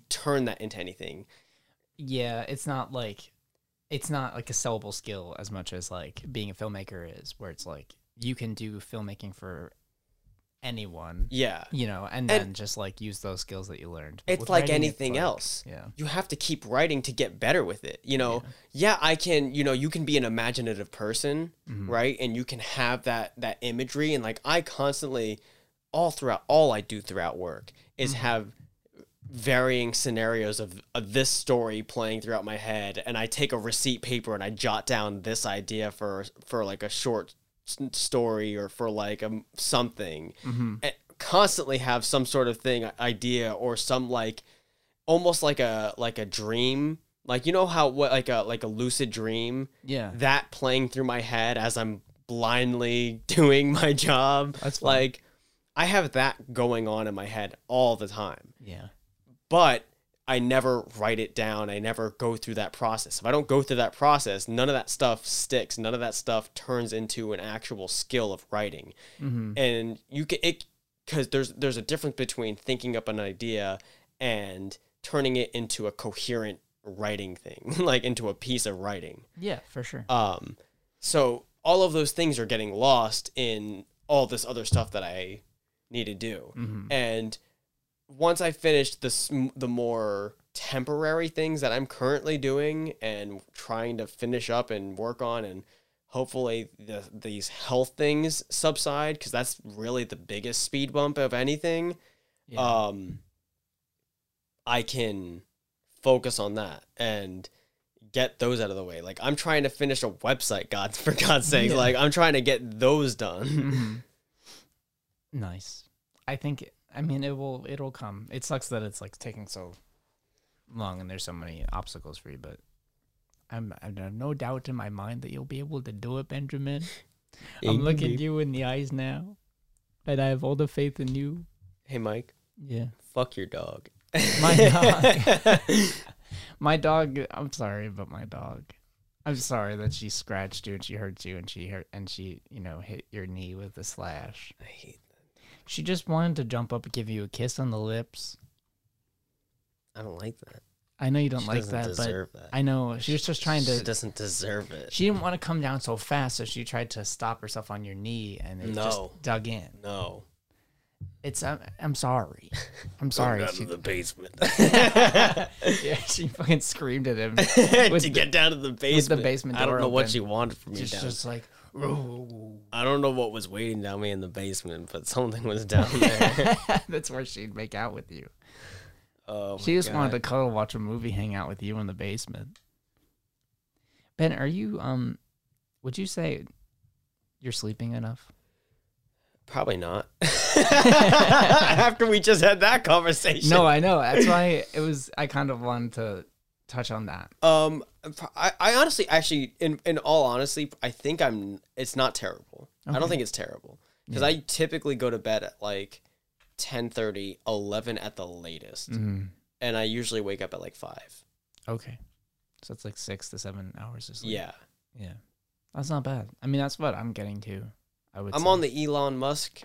[SPEAKER 2] turn that into anything.
[SPEAKER 1] yeah. It's not like it's not like a sellable skill as much as like being a filmmaker is, where it's like you can do filmmaking for anyone,
[SPEAKER 2] Yeah.
[SPEAKER 1] you know, and,
[SPEAKER 2] And-
[SPEAKER 1] then just like use those skills that you learned. But
[SPEAKER 2] It's
[SPEAKER 1] with
[SPEAKER 2] like
[SPEAKER 1] writing, it's
[SPEAKER 2] anything
[SPEAKER 1] like-
[SPEAKER 2] else.
[SPEAKER 1] Yeah.
[SPEAKER 2] You have to keep writing to get better with it. You know, yeah, I can, you know, you can be an imaginative person,
[SPEAKER 1] Mhm.
[SPEAKER 2] right? And you can have that that imagery and like I constantly all throughout all I do throughout work is have varying scenarios of, of this story playing throughout my head and I take a receipt paper and I jot down this idea for for like a short s- story or for like a something
[SPEAKER 1] hmm
[SPEAKER 2] and constantly have some sort of thing idea or some like almost like a like a dream like you know how what like a like a lucid dream
[SPEAKER 1] Yeah.
[SPEAKER 2] that playing through my head as I'm blindly doing my job.
[SPEAKER 1] That's fun.
[SPEAKER 2] like I have that going on in my head all the time.
[SPEAKER 1] Yeah.
[SPEAKER 2] But I never write it down. I never go through that process. If I don't go through that process, none of that stuff sticks. None of that stuff turns into an actual skill of writing.
[SPEAKER 1] hmm
[SPEAKER 2] And you can it cuz there's there's a difference between thinking up an idea and turning it into a coherent writing thing, like into a piece of writing.
[SPEAKER 1] Yeah, for sure.
[SPEAKER 2] Um, so all of those things are getting lost in all this other stuff that I need to do.
[SPEAKER 1] hmm
[SPEAKER 2] And once I finished the sm- the more temporary things that I'm currently doing and trying to finish up and work on, and hopefully the, these health things subside because that's really the biggest speed bump of anything.
[SPEAKER 1] Yeah.
[SPEAKER 2] Um, I can focus on that and get those out of the way. Like I'm trying to finish a website, God for God's sake.
[SPEAKER 1] Yeah.
[SPEAKER 2] Like I'm trying to get those done.
[SPEAKER 1] Mhm. nice. I think. I mean, it will. It'll come. It sucks that it's like taking so long, and there's so many obstacles for you. But I'm. I have no doubt in my mind that you'll be able to do it, Benjamin. I'm looking you in the eyes now, and I have all the faith in you.
[SPEAKER 2] Hey Mike,
[SPEAKER 1] Yeah.
[SPEAKER 2] fuck your dog.
[SPEAKER 1] My dog. my dog. I'm sorry, but my dog. I'm sorry that she scratched you and she hurt you and she hurt and she, you know, hit your knee with a slash.
[SPEAKER 2] I hate that.
[SPEAKER 1] She just wanted to jump up and give you a kiss on the lips.
[SPEAKER 2] I don't like that.
[SPEAKER 1] I know you don't
[SPEAKER 2] She
[SPEAKER 1] like
[SPEAKER 2] doesn't
[SPEAKER 1] that, but
[SPEAKER 2] deserve that.
[SPEAKER 1] I know she was just trying
[SPEAKER 2] She
[SPEAKER 1] to.
[SPEAKER 2] doesn't deserve it.
[SPEAKER 1] She didn't want to come down so fast, so she tried to stop herself on your knee, and it
[SPEAKER 2] No.
[SPEAKER 1] just dug in.
[SPEAKER 2] no.
[SPEAKER 1] It's I'm, I'm sorry, I'm sorry.
[SPEAKER 2] Out
[SPEAKER 1] She,
[SPEAKER 2] of the basement.
[SPEAKER 1] yeah, she fucking screamed at him.
[SPEAKER 2] to
[SPEAKER 1] With the-
[SPEAKER 2] get down to the basement.
[SPEAKER 1] basement
[SPEAKER 2] I
[SPEAKER 1] door
[SPEAKER 2] don't know what
[SPEAKER 1] open.
[SPEAKER 2] she wanted from me
[SPEAKER 1] Just,
[SPEAKER 2] down.
[SPEAKER 1] just like, "Ooh."
[SPEAKER 2] I don't know what was waiting down me in the basement, but something was down there.
[SPEAKER 1] that's where she'd make out with you.
[SPEAKER 2] oh, my
[SPEAKER 1] She just wanted
[SPEAKER 2] God.
[SPEAKER 1] to cuddle, watch a movie, hang out with you in the basement. Ben, are you um? Would you say you're sleeping enough?
[SPEAKER 2] Probably not. After we just had that conversation.
[SPEAKER 1] No, I know. That's why it was. I kind of wanted to touch on that.
[SPEAKER 2] Um, I, I honestly, actually, in in all honesty, I think I'm. It's not terrible. I don't
[SPEAKER 1] Okay.
[SPEAKER 2] think it's terrible because I typically go to bed at like 10, 11 at the latest,
[SPEAKER 1] Mm. Mm-hmm.
[SPEAKER 2] and I usually wake up at like five.
[SPEAKER 1] Okay, so it's like six to seven hours of sleep.
[SPEAKER 2] Yeah.
[SPEAKER 1] yeah. That's not bad. I mean, that's what I'm getting to. I would.
[SPEAKER 2] I'm
[SPEAKER 1] say.
[SPEAKER 2] on the Elon Musk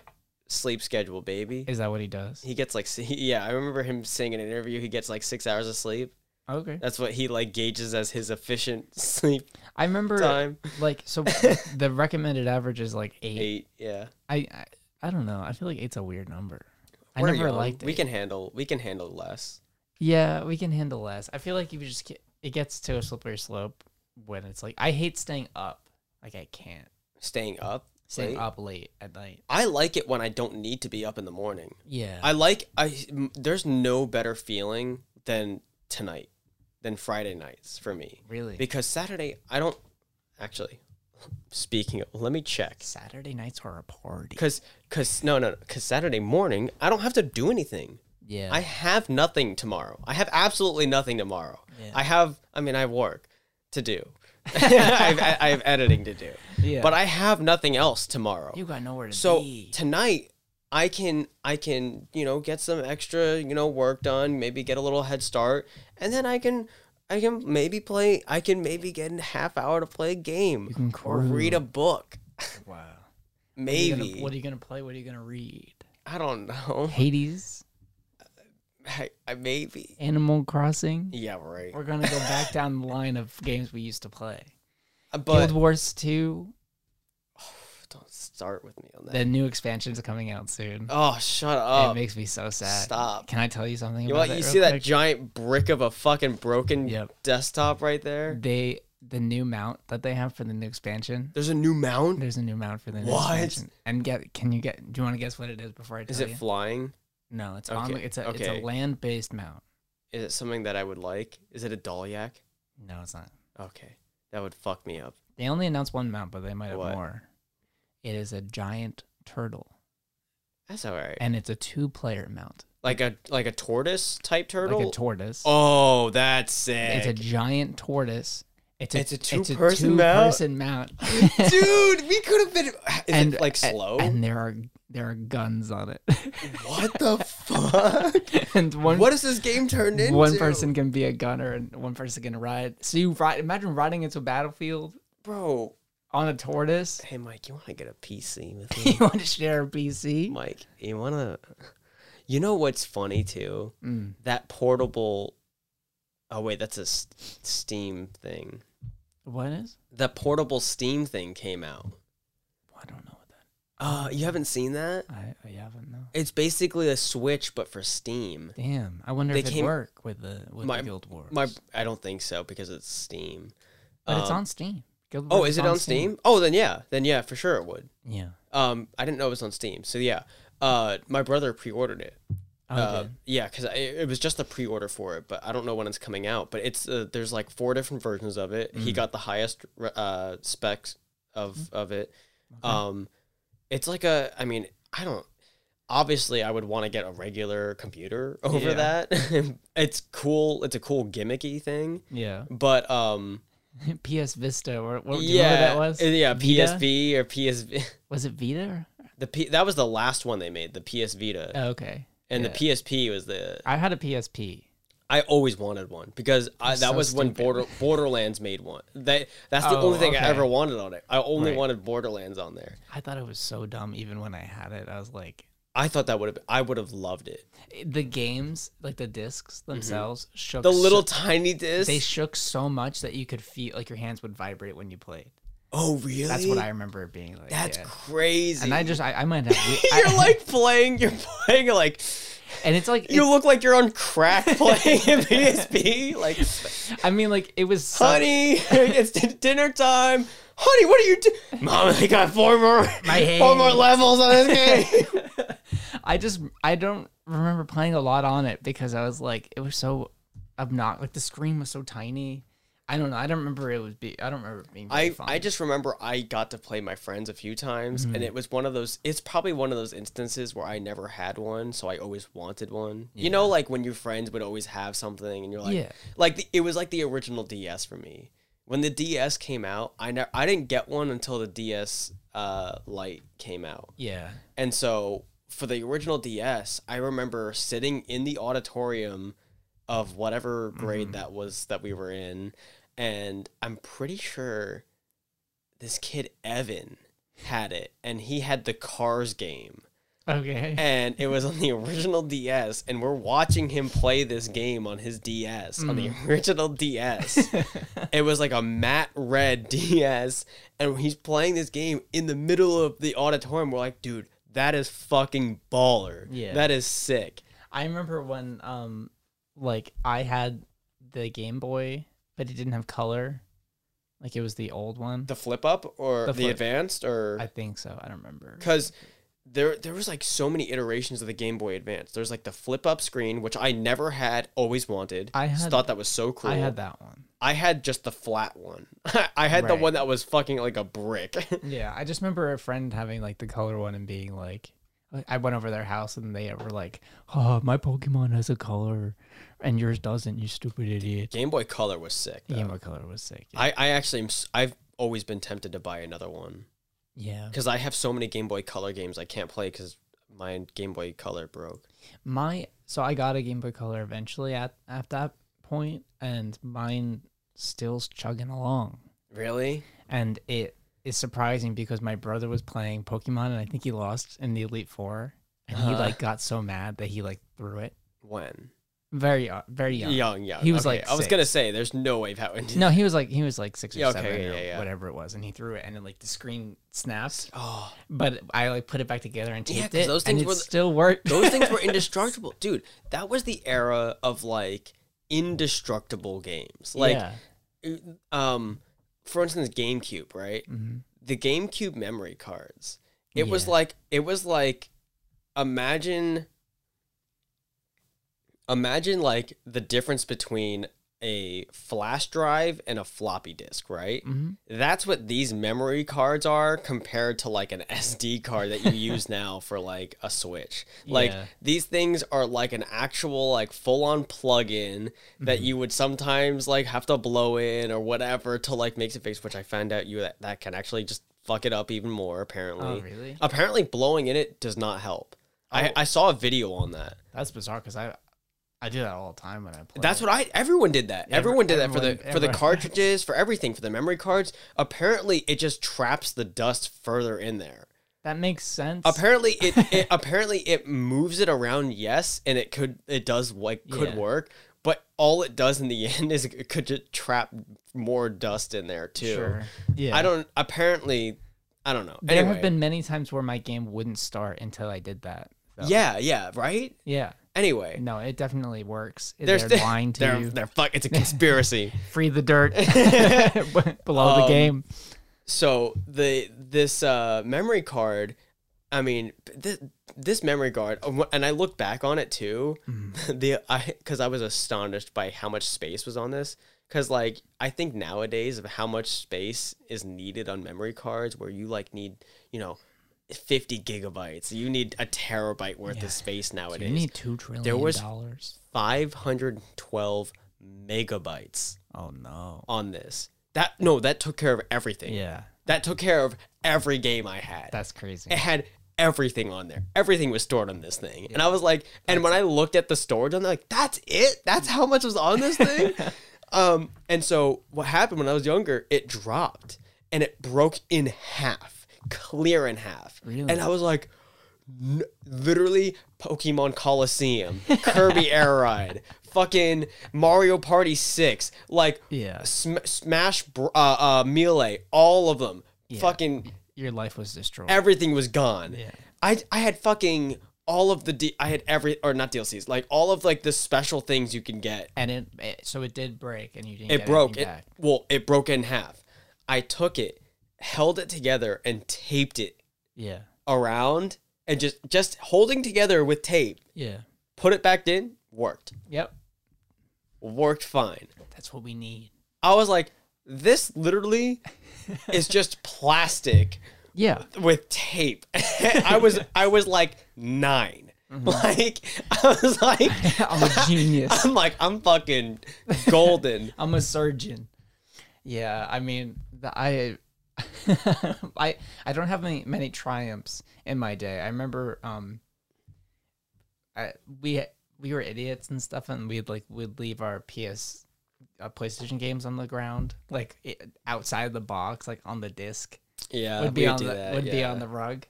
[SPEAKER 2] sleep schedule, baby.
[SPEAKER 1] Is that what he does?
[SPEAKER 2] He gets like, s- yeah, I remember him saying in an interview he gets like six hours of sleep.
[SPEAKER 1] Okay.
[SPEAKER 2] That's what he like gauges as his efficient sleep
[SPEAKER 1] I remember
[SPEAKER 2] time.
[SPEAKER 1] like so the recommended average is like eight.
[SPEAKER 2] Eight, yeah.
[SPEAKER 1] I, I I don't know. I feel like eight's a weird number.
[SPEAKER 2] We're
[SPEAKER 1] I never
[SPEAKER 2] young.
[SPEAKER 1] liked it.
[SPEAKER 2] We can handle. We can handle less.
[SPEAKER 1] Yeah, we can handle less. I feel like if you just get, it gets to a slippery slope when it's like I hate staying up. Like I can't
[SPEAKER 2] Staying up.
[SPEAKER 1] staying
[SPEAKER 2] late.
[SPEAKER 1] up late at night.
[SPEAKER 2] I like it when I don't need to be up in the morning.
[SPEAKER 1] Yeah.
[SPEAKER 2] I like. I m- there's no better feeling than tonight, than Friday nights for me.
[SPEAKER 1] really.
[SPEAKER 2] Because Saturday, I don't actually. Speaking of, let me check.
[SPEAKER 1] Saturday nights are a party.
[SPEAKER 2] Cause, cause no, no, no. cause Saturday morning, I don't have to do anything.
[SPEAKER 1] Yeah.
[SPEAKER 2] I have nothing tomorrow. I have absolutely nothing tomorrow.
[SPEAKER 1] Yeah.
[SPEAKER 2] I have, I mean, I have work to do. I've, I I have editing to do,
[SPEAKER 1] yeah.
[SPEAKER 2] but I have nothing else tomorrow.
[SPEAKER 1] you got nowhere to
[SPEAKER 2] so
[SPEAKER 1] be.
[SPEAKER 2] tonight, I can, I can, you know, get some extra, you know, work done. Maybe get a little head start, and then I can, I can maybe play. I can maybe get a half hour to play a game
[SPEAKER 1] can
[SPEAKER 2] or read a book.
[SPEAKER 1] wow.
[SPEAKER 2] Maybe
[SPEAKER 1] What are you gonna play? What are you gonna read?
[SPEAKER 2] I don't know.
[SPEAKER 1] Hades,
[SPEAKER 2] I, I maybe.
[SPEAKER 1] Animal Crossing.
[SPEAKER 2] Yeah, right.
[SPEAKER 1] We're gonna go back down the line of games we used to play.
[SPEAKER 2] Uh, But
[SPEAKER 1] Guild Wars Two.
[SPEAKER 2] don't start with me on that.
[SPEAKER 1] The new expansion's coming out soon.
[SPEAKER 2] Oh, shut up.
[SPEAKER 1] it makes me so sad.
[SPEAKER 2] Stop.
[SPEAKER 1] Can I tell you something?
[SPEAKER 2] You,
[SPEAKER 1] about
[SPEAKER 2] want,
[SPEAKER 1] it
[SPEAKER 2] you
[SPEAKER 1] real
[SPEAKER 2] see that
[SPEAKER 1] quick?
[SPEAKER 2] giant brick of a fucking broken
[SPEAKER 1] Yep. Mm.
[SPEAKER 2] desktop right there?
[SPEAKER 1] They the new mount that they have for the new expansion.
[SPEAKER 2] There's a new mound.
[SPEAKER 1] There's a new mount for the new
[SPEAKER 2] What?
[SPEAKER 1] expansion. And get can you get? Do you want to guess what it is before I tell
[SPEAKER 2] Is it
[SPEAKER 1] you?
[SPEAKER 2] flying?
[SPEAKER 1] no, it's on.
[SPEAKER 2] Okay,
[SPEAKER 1] It's a
[SPEAKER 2] okay.
[SPEAKER 1] it's a land based mount.
[SPEAKER 2] Is it something that I would like? Is it a Dalyak?
[SPEAKER 1] No, it's not.
[SPEAKER 2] Okay. That would fuck me up.
[SPEAKER 1] They only announced one mount, but they might have
[SPEAKER 2] What?
[SPEAKER 1] more. It is a giant turtle,
[SPEAKER 2] That's all right.
[SPEAKER 1] and it's a two player mount,
[SPEAKER 2] Like a like a tortoise type turtle?
[SPEAKER 1] like a tortoise.
[SPEAKER 2] oh, that's sick.
[SPEAKER 1] It's a giant tortoise. It's a,
[SPEAKER 2] It's a two-person
[SPEAKER 1] two-person mount.
[SPEAKER 2] Dude, we could have been Is
[SPEAKER 1] and
[SPEAKER 2] it like
[SPEAKER 1] a-
[SPEAKER 2] slow?
[SPEAKER 1] And there are there are guns on it.
[SPEAKER 2] what the fuck?
[SPEAKER 1] and one
[SPEAKER 2] What is this game turned into?
[SPEAKER 1] one person can be a gunner and one person can ride. So you ride. Imagine riding into a battlefield
[SPEAKER 2] Bro,
[SPEAKER 1] on a tortoise.
[SPEAKER 2] hey Mike, you want to get a PC with me?
[SPEAKER 1] you want to share a PC?
[SPEAKER 2] Mike, you wanna? You know what's funny too?
[SPEAKER 1] Mm.
[SPEAKER 2] That portable. Oh wait, that's a S- Steam thing.
[SPEAKER 1] What is?
[SPEAKER 2] The portable Steam thing came out.
[SPEAKER 1] I don't know what that.
[SPEAKER 2] Uh, you haven't seen that?
[SPEAKER 1] I, I haven't no.
[SPEAKER 2] It's basically a Switch but for Steam.
[SPEAKER 1] Damn. I wonder
[SPEAKER 2] They
[SPEAKER 1] if it
[SPEAKER 2] came-
[SPEAKER 1] work with the with
[SPEAKER 2] My-
[SPEAKER 1] the Guild Wars.
[SPEAKER 2] My, I don't think so because it's Steam.
[SPEAKER 1] but it's
[SPEAKER 2] Um,
[SPEAKER 1] on Steam. Guild
[SPEAKER 2] Oh,
[SPEAKER 1] Wars
[SPEAKER 2] is it on Steam? Oh, then yeah, then yeah, for sure it would.
[SPEAKER 1] Yeah.
[SPEAKER 2] Um, I didn't know it was on Steam, so yeah. Uh, my brother pre-ordered it.
[SPEAKER 1] Oh,
[SPEAKER 2] Uh,
[SPEAKER 1] good.
[SPEAKER 2] yeah, because it was just the pre-order for it, but I don't know when it's coming out. But it's uh, there's like four different versions of it.
[SPEAKER 1] Mm.
[SPEAKER 2] He got the highest re- uh, specs of of it. Um, it's like a, I mean, I don't. Obviously, I would want to get a regular computer over
[SPEAKER 1] Yeah.
[SPEAKER 2] that. it's cool. It's a cool gimmicky thing,
[SPEAKER 1] yeah.
[SPEAKER 2] but um,
[SPEAKER 1] PS Vista or what, do you
[SPEAKER 2] yeah,
[SPEAKER 1] know what that was?
[SPEAKER 2] uh, yeah,
[SPEAKER 1] Vita?
[SPEAKER 2] PSV or PSV.
[SPEAKER 1] Was it Vita? or-
[SPEAKER 2] The P that was the last one they made, the PS Vita,
[SPEAKER 1] Oh, okay.
[SPEAKER 2] and
[SPEAKER 1] yeah.
[SPEAKER 2] the PSP was the
[SPEAKER 1] I had a PSP.
[SPEAKER 2] I always wanted one because I, that
[SPEAKER 1] so
[SPEAKER 2] was when
[SPEAKER 1] stupid.
[SPEAKER 2] Border, Borderlands made one. That that's the
[SPEAKER 1] Oh,
[SPEAKER 2] only thing I
[SPEAKER 1] okay.
[SPEAKER 2] ever wanted on it. I only
[SPEAKER 1] Right.
[SPEAKER 2] wanted Borderlands on there.
[SPEAKER 1] I thought it was so dumb. Even when I had it, I was like,
[SPEAKER 2] I thought that would have I would have loved it.
[SPEAKER 1] the games, like the discs themselves, shook.
[SPEAKER 2] Mm-hmm. The little
[SPEAKER 1] so,
[SPEAKER 2] tiny disc.
[SPEAKER 1] they shook so much that you could feel like your hands would vibrate when you played.
[SPEAKER 2] oh really?
[SPEAKER 1] That's what I remember it being like.
[SPEAKER 2] That's
[SPEAKER 1] yeah.
[SPEAKER 2] crazy.
[SPEAKER 1] And I just, I, I might have. we- I-
[SPEAKER 2] you're like playing. You're playing like
[SPEAKER 1] and it's like,
[SPEAKER 2] you look like you're on crack playing in PSP. Like,
[SPEAKER 1] I mean, like it was. so-
[SPEAKER 2] honey, it's din- dinner time. Honey, what are you doing? Mom, I got four more,
[SPEAKER 1] My
[SPEAKER 2] four more
[SPEAKER 1] hand.
[SPEAKER 2] levels on this game.
[SPEAKER 1] I just, I don't remember playing a lot on it because I was like, it was so obnoxious. Like the screen was so tiny. I don't know. I don't remember it was. Be, I don't remember it being. very
[SPEAKER 2] I,
[SPEAKER 1] fun. Mm-hmm.
[SPEAKER 2] I just remember I got to play my friends a few times, and it was one of those. It's probably one of those instances where I never had one, so I always wanted one. You know, like when your friends would always have something, and you're like,
[SPEAKER 1] Yeah.
[SPEAKER 2] like the, it was like the original DS for me. When the DS came out, I never I didn't get one until the DS uh, Lite came out,
[SPEAKER 1] yeah.
[SPEAKER 2] and so for the original DS, I remember sitting in the auditorium of whatever grade that was that we were in, and I'm pretty sure this kid Evan had it, and he had the Cars game,
[SPEAKER 1] Okay.
[SPEAKER 2] and it was on the original DS, and we're watching him play this game on his DS, on the original DS. it was like a matte red DS, and he's playing this game in the middle of the auditorium. We're like, dude, that is fucking baller.
[SPEAKER 1] Yeah.
[SPEAKER 2] that is sick.
[SPEAKER 1] I remember when um like I had the Game Boy, but it didn't have color. Like it was the old one.
[SPEAKER 2] The flip up or
[SPEAKER 1] The
[SPEAKER 2] the,
[SPEAKER 1] flip.
[SPEAKER 2] advanced or
[SPEAKER 1] I think so. I don't remember.
[SPEAKER 2] because there there was like so many iterations of the Game Boy Advance. There's like the flip up screen, which I never had, always wanted.
[SPEAKER 1] I
[SPEAKER 2] Just
[SPEAKER 1] had-
[SPEAKER 2] thought that was so cool.
[SPEAKER 1] I had that one.
[SPEAKER 2] I had just the flat one. I had the
[SPEAKER 1] Right.
[SPEAKER 2] one that was fucking like a brick.
[SPEAKER 1] Yeah, I just remember a friend having like the color one and being like, I went over their house and they were like, "Oh, my Pokemon has a color, and yours doesn't. You stupid idiot."
[SPEAKER 2] Game Boy Color was sick. Though.
[SPEAKER 1] Yeah, my color was sick. Yeah,
[SPEAKER 2] I I actually am, s- I've always been tempted to buy another one
[SPEAKER 1] yeah.
[SPEAKER 2] because I have so many Game Boy Color games I can't play because my Game Boy Color broke.
[SPEAKER 1] my so I got a Game Boy Color eventually at at that point, and mine still's chugging along.
[SPEAKER 2] Really?
[SPEAKER 1] and it is surprising because my brother was playing Pokemon and I think he lost in the Elite Four, and he
[SPEAKER 2] Uh-huh.
[SPEAKER 1] like got so mad that he like threw it.
[SPEAKER 2] When?
[SPEAKER 1] Very uh, very young.
[SPEAKER 2] Young, young.
[SPEAKER 1] He was,
[SPEAKER 2] Okay,
[SPEAKER 1] like,
[SPEAKER 2] I was
[SPEAKER 1] six.
[SPEAKER 2] gonna say, there's no way how it.
[SPEAKER 1] No, he was like he was like six or
[SPEAKER 2] Yeah, okay,
[SPEAKER 1] seven or
[SPEAKER 2] yeah, yeah.
[SPEAKER 1] whatever it was, and he threw it, and then like the screen snapped.
[SPEAKER 2] Oh,
[SPEAKER 1] But I like put it back together and
[SPEAKER 2] Yeah,
[SPEAKER 1] taped
[SPEAKER 2] 'cause
[SPEAKER 1] it,
[SPEAKER 2] those
[SPEAKER 1] and
[SPEAKER 2] things
[SPEAKER 1] it
[SPEAKER 2] were the-
[SPEAKER 1] still worked.
[SPEAKER 2] Those things were indestructible. Dude, that was the era of like indestructible games. Like
[SPEAKER 1] yeah.
[SPEAKER 2] um for instance GameCube, right?
[SPEAKER 1] Mhm.
[SPEAKER 2] The GameCube memory cards. It was
[SPEAKER 1] Yeah.
[SPEAKER 2] like it was like imagine imagine like the difference between a flash drive and a floppy disk, right?
[SPEAKER 1] Mhm.
[SPEAKER 2] That's what these memory cards are compared to like an SD card that you use now for like a Switch. Like
[SPEAKER 1] Yeah.
[SPEAKER 2] these things are like an actual like full-on plug-in that
[SPEAKER 1] Mm-hmm.
[SPEAKER 2] you would sometimes like have to blow in or whatever to like make it fix, which I found out you that, that can actually just fuck it up even more apparently.
[SPEAKER 1] Oh really?
[SPEAKER 2] Apparently blowing in it does not help.
[SPEAKER 1] Oh.
[SPEAKER 2] I, I saw a video on that.
[SPEAKER 1] That's bizarre because I I do that all the time when I play.
[SPEAKER 2] That's what I. Everyone did that.
[SPEAKER 1] Every-
[SPEAKER 2] everyone did that for the
[SPEAKER 1] everyone-
[SPEAKER 2] for the
[SPEAKER 1] everyone-
[SPEAKER 2] cartridges, for everything, for the memory cards. Apparently, it just traps the dust further in there.
[SPEAKER 1] that makes sense.
[SPEAKER 2] Apparently, it, it apparently it moves it around. Yes, and it could it does like could
[SPEAKER 1] Yeah.
[SPEAKER 2] work, but all it does in the end is it could just trap more dust in there too.
[SPEAKER 1] Sure. Yeah.
[SPEAKER 2] I don't. Apparently, I don't know.
[SPEAKER 1] There
[SPEAKER 2] anyway,
[SPEAKER 1] have been many times where my game wouldn't start until I did that. though.
[SPEAKER 2] Yeah, yeah, right.
[SPEAKER 1] Yeah.
[SPEAKER 2] Anyway,
[SPEAKER 1] No, it definitely works.
[SPEAKER 2] there's
[SPEAKER 1] they're
[SPEAKER 2] the-
[SPEAKER 1] lying to
[SPEAKER 2] they're,
[SPEAKER 1] you.
[SPEAKER 2] they're fuck. It's a conspiracy.
[SPEAKER 1] Free the dirt below the
[SPEAKER 2] Um,
[SPEAKER 1] game.
[SPEAKER 2] so the this uh memory card i mean th- this memory card uh, wh- and i look back on it too
[SPEAKER 1] Mm-hmm.
[SPEAKER 2] the i because i was astonished by how much space was on this because like i think nowadays of how much space is needed on memory cards where you like need you know 50 gigabytes you need a terabyte worth of space
[SPEAKER 1] You
[SPEAKER 2] nowadays
[SPEAKER 1] need two trillion
[SPEAKER 2] was-
[SPEAKER 1] dollars.
[SPEAKER 2] 512 megabytes
[SPEAKER 1] Oh no.
[SPEAKER 2] on this that no that took care of everything
[SPEAKER 1] Yeah,
[SPEAKER 2] that took care of every game I had.
[SPEAKER 1] that's crazy.
[SPEAKER 2] it had everything on there. Everything was stored on this thing. And I was like, and when I looked at the storage, I'm like, that's it? That's how much was on this thing? um, and so what happened when I was younger, it dropped and it broke in half, clear in half.
[SPEAKER 1] Really?
[SPEAKER 2] And I was like, n- literally Pokemon Coliseum, Kirby Air Ride, fucking Mario Party 6, like
[SPEAKER 1] Yeah.
[SPEAKER 2] Sm- Smash Br- uh, uh, Melee, all of them. Fucking
[SPEAKER 1] Your life was destroyed.
[SPEAKER 2] everything was gone.
[SPEAKER 1] Yeah.
[SPEAKER 2] I I had fucking all of the D- I had every or not DLCs like all of like the special things you can get.
[SPEAKER 1] and it, it- so it did break, and you didn't.
[SPEAKER 2] It
[SPEAKER 1] get
[SPEAKER 2] broke it.
[SPEAKER 1] anything back.
[SPEAKER 2] Well, it broke in half. I took it, held it together, and taped it
[SPEAKER 1] Yeah,
[SPEAKER 2] around, and just just holding together with tape.
[SPEAKER 1] yeah,
[SPEAKER 2] Put it back in. Worked.
[SPEAKER 1] yep.
[SPEAKER 2] Worked fine.
[SPEAKER 1] That's what we need.
[SPEAKER 2] I was like, this literally is just plastic
[SPEAKER 1] Yeah,
[SPEAKER 2] with tape. I was I was like 9 Like I was like
[SPEAKER 1] I'm a genius.
[SPEAKER 2] I'm like I'm fucking golden.
[SPEAKER 1] I'm a surgeon. Yeah, I mean, the, I, I, I don't have many many triumphs in my day. I remember, um, I, we we were idiots and stuff, and we'd like would leave our PS uh, PlayStation games on the ground, like it, outside the box, like on the disc.
[SPEAKER 2] Yeah,
[SPEAKER 1] would be
[SPEAKER 2] we
[SPEAKER 1] on
[SPEAKER 2] do
[SPEAKER 1] the
[SPEAKER 2] that,
[SPEAKER 1] would be
[SPEAKER 2] yeah.
[SPEAKER 1] on the rug,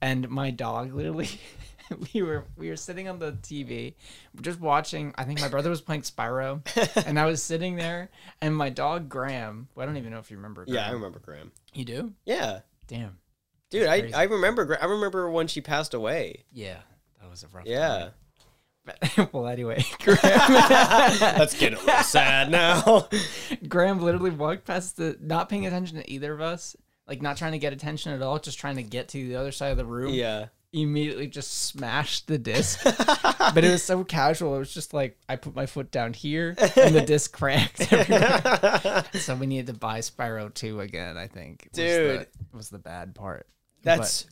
[SPEAKER 1] and my dog literally. we were we were sitting on the TV, just watching. I think my brother was playing Spyro, and I was sitting there, and my dog Graham. Well, I don't even know if you remember. Graham.
[SPEAKER 2] Yeah, I remember Graham.
[SPEAKER 1] You do?
[SPEAKER 2] Yeah,
[SPEAKER 1] Damn.
[SPEAKER 2] dude, I,
[SPEAKER 1] crazy.
[SPEAKER 2] I remember Gra- I remember when she passed away.
[SPEAKER 1] Yeah, that was a rough.
[SPEAKER 2] Yeah,
[SPEAKER 1] time. But, well, anyway, Graham.
[SPEAKER 2] let's get it real sad now.
[SPEAKER 1] Graham literally walked past the, not paying attention to either of us, like not trying to get attention at all, just trying to get to the other side of the room.
[SPEAKER 2] yeah,
[SPEAKER 1] Immediately just smashed the disc, but it was so casual. It was just like I put my foot down here and the disc cracked. everywhere. so we needed to buy Spyro Two again. I think, was the-
[SPEAKER 2] Dude.
[SPEAKER 1] was the bad part.
[SPEAKER 2] that's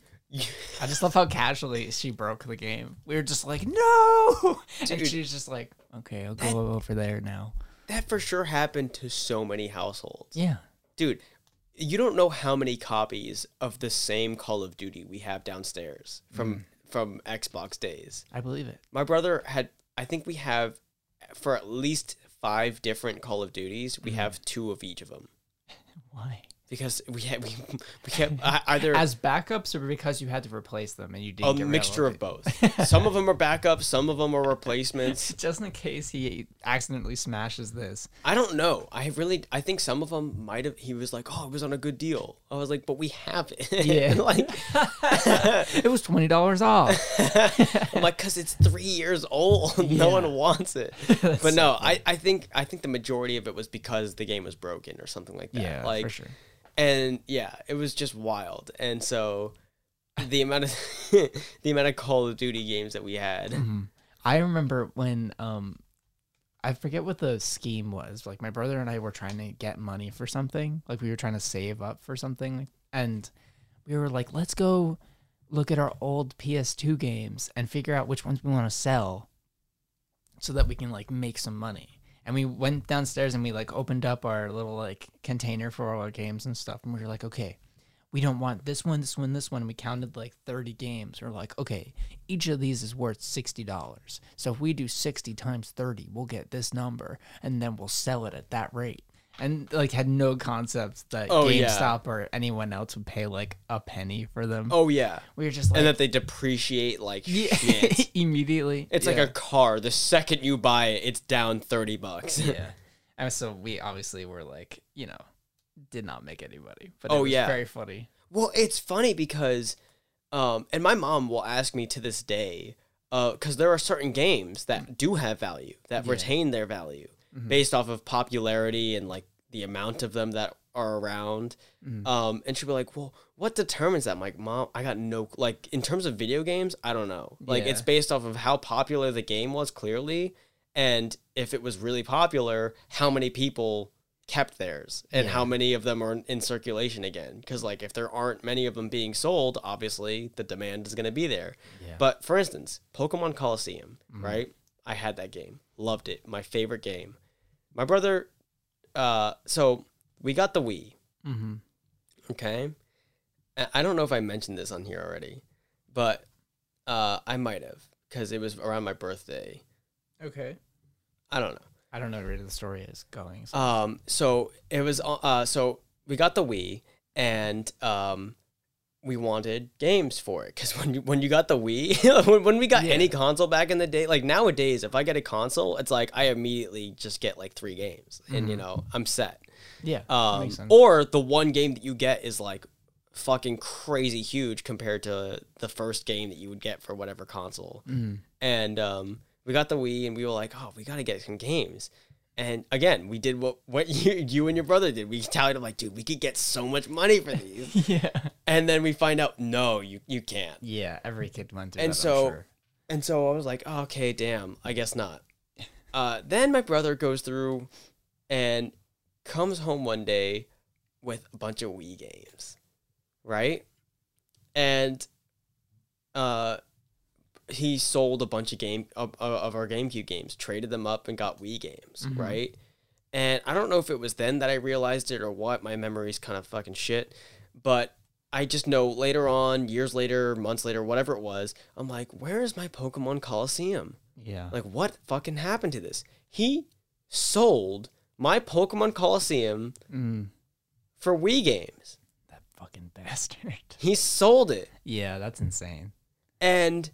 [SPEAKER 1] I just love how casually she broke the game. We were just like, no, and she was just like, okay, I'll go over there now.
[SPEAKER 2] that for sure happened to so many households.
[SPEAKER 1] Yeah,
[SPEAKER 2] Dude, you don't know how many copies of the same Call of Duty we have downstairs from
[SPEAKER 1] Mm.
[SPEAKER 2] from Xbox days.
[SPEAKER 1] I believe it.
[SPEAKER 2] My brother had I think we have for at least 5 different Call of Duties.
[SPEAKER 1] Mm.
[SPEAKER 2] We have 2 of each of them
[SPEAKER 1] Why?
[SPEAKER 2] because we had we, we kept I- either
[SPEAKER 1] As backups or because you had to replace them and you didn't
[SPEAKER 2] a
[SPEAKER 1] get rid
[SPEAKER 2] mixture
[SPEAKER 1] all
[SPEAKER 2] of both. some of them are backups, some of them are replacements.
[SPEAKER 1] the- Just in case he accidentally smashes this.
[SPEAKER 2] I don't know. I really, I think some of them might have. He was like, "Oh, it was on a good deal." I was like, "But we have it."
[SPEAKER 1] Yeah.
[SPEAKER 2] like,
[SPEAKER 1] It was twenty dollars off.
[SPEAKER 2] I'm like, "Cause it's three years old. No one wants it." but no, I, I think, I think the majority of it was because the game was broken or something like that.
[SPEAKER 1] Yeah,
[SPEAKER 2] like,
[SPEAKER 1] for sure.
[SPEAKER 2] And yeah, it was just wild. And so, the amount of the amount of Call of Duty games that we had.
[SPEAKER 1] Mm-hmm. I remember when um I forget what the scheme was. Like my brother and I were trying to get money for something. Like we were trying to save up for something and we were like, "Let's go look at our old PS2 games and figure out which ones we want to sell so that we can like make some money." And we went downstairs and we like opened up our little like container for all our games and stuff and we were like, "Okay, we don't want this one, this one, this one. We counted like 30 games. We're like, okay, each of these is worth $60. So if we do 60 times 30, we'll get this number and then we'll sell it at that rate. And like had no concept that
[SPEAKER 2] Oh, yeah.
[SPEAKER 1] GameStop or anyone else would pay like a penny for them.
[SPEAKER 2] Oh yeah,
[SPEAKER 1] We were just like
[SPEAKER 2] and that they depreciate like
[SPEAKER 1] Yeah,
[SPEAKER 2] shit.
[SPEAKER 1] immediately.
[SPEAKER 2] It's
[SPEAKER 1] Yeah.
[SPEAKER 2] like a car. The second you buy it, it's down thirty bucks.
[SPEAKER 1] yeah. And so we obviously were like, you know, did not make anybody. But it
[SPEAKER 2] Oh,
[SPEAKER 1] was
[SPEAKER 2] yeah.
[SPEAKER 1] very funny.
[SPEAKER 2] Well, it's funny because, um, and my mom will ask me to this day, because there are certain games that do have value that retain their value based off of popularity and like the amount of them that are around. Um, and she'll be like, "Well, what determines that?" I'm like, "Mom, I got no like in terms of video games, I don't know. Like
[SPEAKER 1] Yeah.
[SPEAKER 2] it's based off of how popular the game was clearly, and if it was really popular, how many people." kept theirs and how many of them are in- in circulation again because like if there aren't many of them being sold obviously the demand is going to be there
[SPEAKER 1] Yeah.
[SPEAKER 2] but for instance pokemon coliseum right i had that game loved it my favorite game my brother uh so we got the wii
[SPEAKER 1] Mm-hmm.
[SPEAKER 2] okay I- i don't know if i mentioned this on here already but uh i might have because it was around my birthday
[SPEAKER 1] Okay.
[SPEAKER 2] i don't know
[SPEAKER 1] I don't know where the story is going. So.
[SPEAKER 2] Um, so it was uh, so we got the Wii and um, we wanted games for it because when you, when you got the Wii, when, when we got
[SPEAKER 1] Yeah.
[SPEAKER 2] any console back in the day, like nowadays, if I get a console, it's like I immediately just get like three games and you know I'm set.
[SPEAKER 1] yeah. that
[SPEAKER 2] Um,
[SPEAKER 1] makes sense.
[SPEAKER 2] or the one game that you get is like fucking crazy huge compared to the first game that you would get for whatever console.
[SPEAKER 1] Mm-hmm.
[SPEAKER 2] And um, we got the Wii, and we were like, oh, we got to get some games. And again, we did what what you, you and your brother did. We tallied up like, dude, we could get so much money for these.
[SPEAKER 1] yeah.
[SPEAKER 2] and then we find out, no, you you can't.
[SPEAKER 1] Yeah, every kid went through
[SPEAKER 2] And
[SPEAKER 1] that.
[SPEAKER 2] so-
[SPEAKER 1] I'm sure.
[SPEAKER 2] And so I was like, oh, okay, damn, I guess not. Uh, then my brother goes through and comes home one day with a bunch of Wii games, right? And uh, he sold a bunch of game of, of of our GameCube games, traded them up, and got Wii games, right? And I don't know if it was then that I realized it or what. My memory's kind of fucking shit, but I just know later on, years later, months later, whatever it was, I'm like, where is my Pokemon Coliseum?
[SPEAKER 1] yeah,
[SPEAKER 2] Like, what fucking happened to this? He sold my Pokemon Coliseum
[SPEAKER 1] Mm.
[SPEAKER 2] for Wii games.
[SPEAKER 1] That fucking bastard.
[SPEAKER 2] He sold it.
[SPEAKER 1] yeah, that's insane.
[SPEAKER 2] And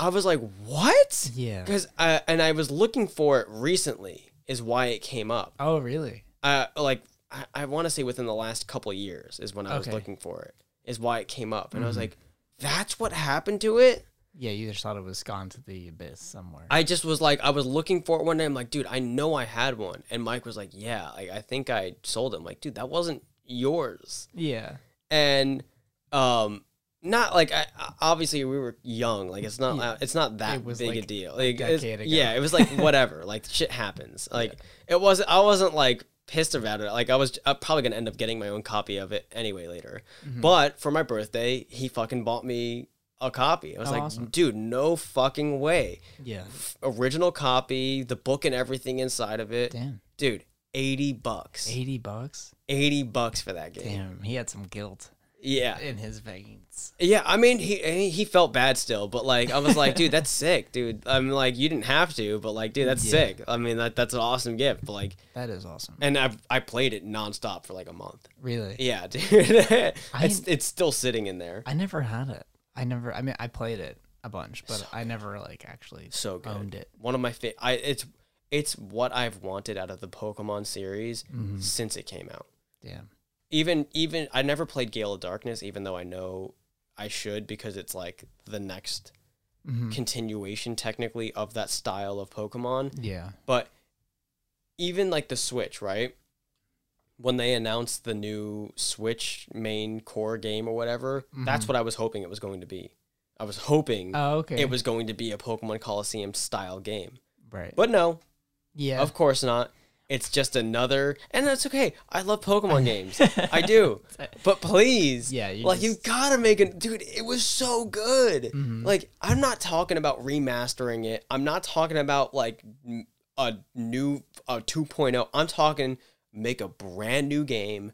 [SPEAKER 2] I was like, what?
[SPEAKER 1] Yeah.
[SPEAKER 2] Because I, and I was looking for it recently, is why it came up.
[SPEAKER 1] Oh, really?
[SPEAKER 2] uh, like I, I want to say within the last couple of years is when I was
[SPEAKER 1] Okay. Mm-hmm.
[SPEAKER 2] looking for it is why it came up, and I was like, that's what happened to it.
[SPEAKER 1] Yeah, you just thought it was gone to the abyss somewhere.
[SPEAKER 2] I just was like, I was looking for it one day. I'm like, dude, I know I had one, and Mike was like, yeah, like I think I sold it. I'm like, dude, that wasn't yours,
[SPEAKER 1] yeah.
[SPEAKER 2] and um. Not like I, I- obviously we were young. Like it's not uh, it's not that
[SPEAKER 1] It was,
[SPEAKER 2] big a
[SPEAKER 1] like,
[SPEAKER 2] deal. Like it's-
[SPEAKER 1] decade ago.
[SPEAKER 2] yeah, it was like whatever. like shit happens. Like it was I wasn't like pissed about it. Like I was uh, probably gonna end up getting my own copy of it anyway later.
[SPEAKER 1] Mm-hmm.
[SPEAKER 2] But for my birthday, he fucking bought me a copy. I was
[SPEAKER 1] Oh,
[SPEAKER 2] like,
[SPEAKER 1] awesome.
[SPEAKER 2] dude, no fucking way.
[SPEAKER 1] Yeah.
[SPEAKER 2] Original copy, the book and everything inside of it,
[SPEAKER 1] Damn.
[SPEAKER 2] dude. 80 bucks
[SPEAKER 1] 80 bucks?
[SPEAKER 2] 80 bucks for that game
[SPEAKER 1] Damn, he had some guilt
[SPEAKER 2] yeah
[SPEAKER 1] in his veins.
[SPEAKER 2] Yeah, I mean, he and he felt bad still, but like I was like, dude, that's sick, dude. I'm like, you didn't have to, but like, dude, that's
[SPEAKER 1] Yeah.
[SPEAKER 2] sick. I mean, that that's an awesome gift. But like,
[SPEAKER 1] That is awesome.
[SPEAKER 2] and I I played it nonstop for like a month.
[SPEAKER 1] Really?
[SPEAKER 2] Yeah, dude, it's
[SPEAKER 1] didn't-
[SPEAKER 2] it's still sitting in there.
[SPEAKER 1] I never had it. I never, I mean, I played it a bunch, but I never, like, actually
[SPEAKER 2] So good.
[SPEAKER 1] owned it.
[SPEAKER 2] One of my fa- I it's it's what I've wanted out of the Pokemon series
[SPEAKER 1] Mm-hmm.
[SPEAKER 2] since it came out.
[SPEAKER 1] Damn.
[SPEAKER 2] Even even I never played Gale of Darkness, even though I know I should because it's like the next
[SPEAKER 1] Mhm.
[SPEAKER 2] continuation technically of that style of Pokemon.
[SPEAKER 1] Yeah.
[SPEAKER 2] But even like the Switch, right? When they announced the new Switch main core game or whatever, that's what I was hoping it was going to be. I was hoping
[SPEAKER 1] Mm-hmm. Oh, okay.
[SPEAKER 2] it was going to be a Pokemon Coliseum style game.
[SPEAKER 1] right.
[SPEAKER 2] But no,
[SPEAKER 1] yeah.
[SPEAKER 2] of course not. It's just another, and that's okay. I love Pokemon games. I do. But please,
[SPEAKER 1] Yeah, you
[SPEAKER 2] like you
[SPEAKER 1] just- Mm-hmm.
[SPEAKER 2] gotta make it, dude. It was so good. Like I'm not talking about remastering it. I'm not talking about like n- a new a 2.0. I'm talking make a brand new game,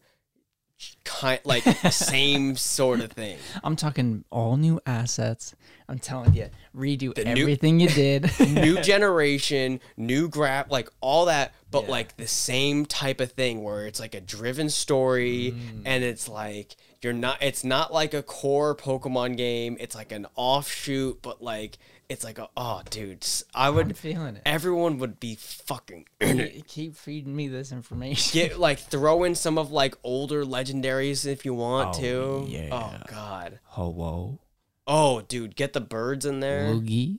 [SPEAKER 2] kind like same sort of thing.
[SPEAKER 1] I'm talking all new assets. I'm telling you, redo everything you did.
[SPEAKER 2] new generation, new graph, like all that, but
[SPEAKER 1] Yeah.
[SPEAKER 2] like the same type of thing where it's like a driven story
[SPEAKER 1] Mm.
[SPEAKER 2] and it's like you're not it's not like a core Pokemon game, it's like an offshoot, but like it's like a, oh dude, s- I
[SPEAKER 1] I'm
[SPEAKER 2] would
[SPEAKER 1] feeling it.
[SPEAKER 2] everyone would be fucking
[SPEAKER 1] Keep- Keep feeding me this information.
[SPEAKER 2] get like throw in some of like older legendaries if you want
[SPEAKER 1] Oh,
[SPEAKER 2] to.
[SPEAKER 1] yeah.
[SPEAKER 2] Oh god.
[SPEAKER 1] Hello,
[SPEAKER 2] Oh dude, get the birds in there.
[SPEAKER 1] Loogie.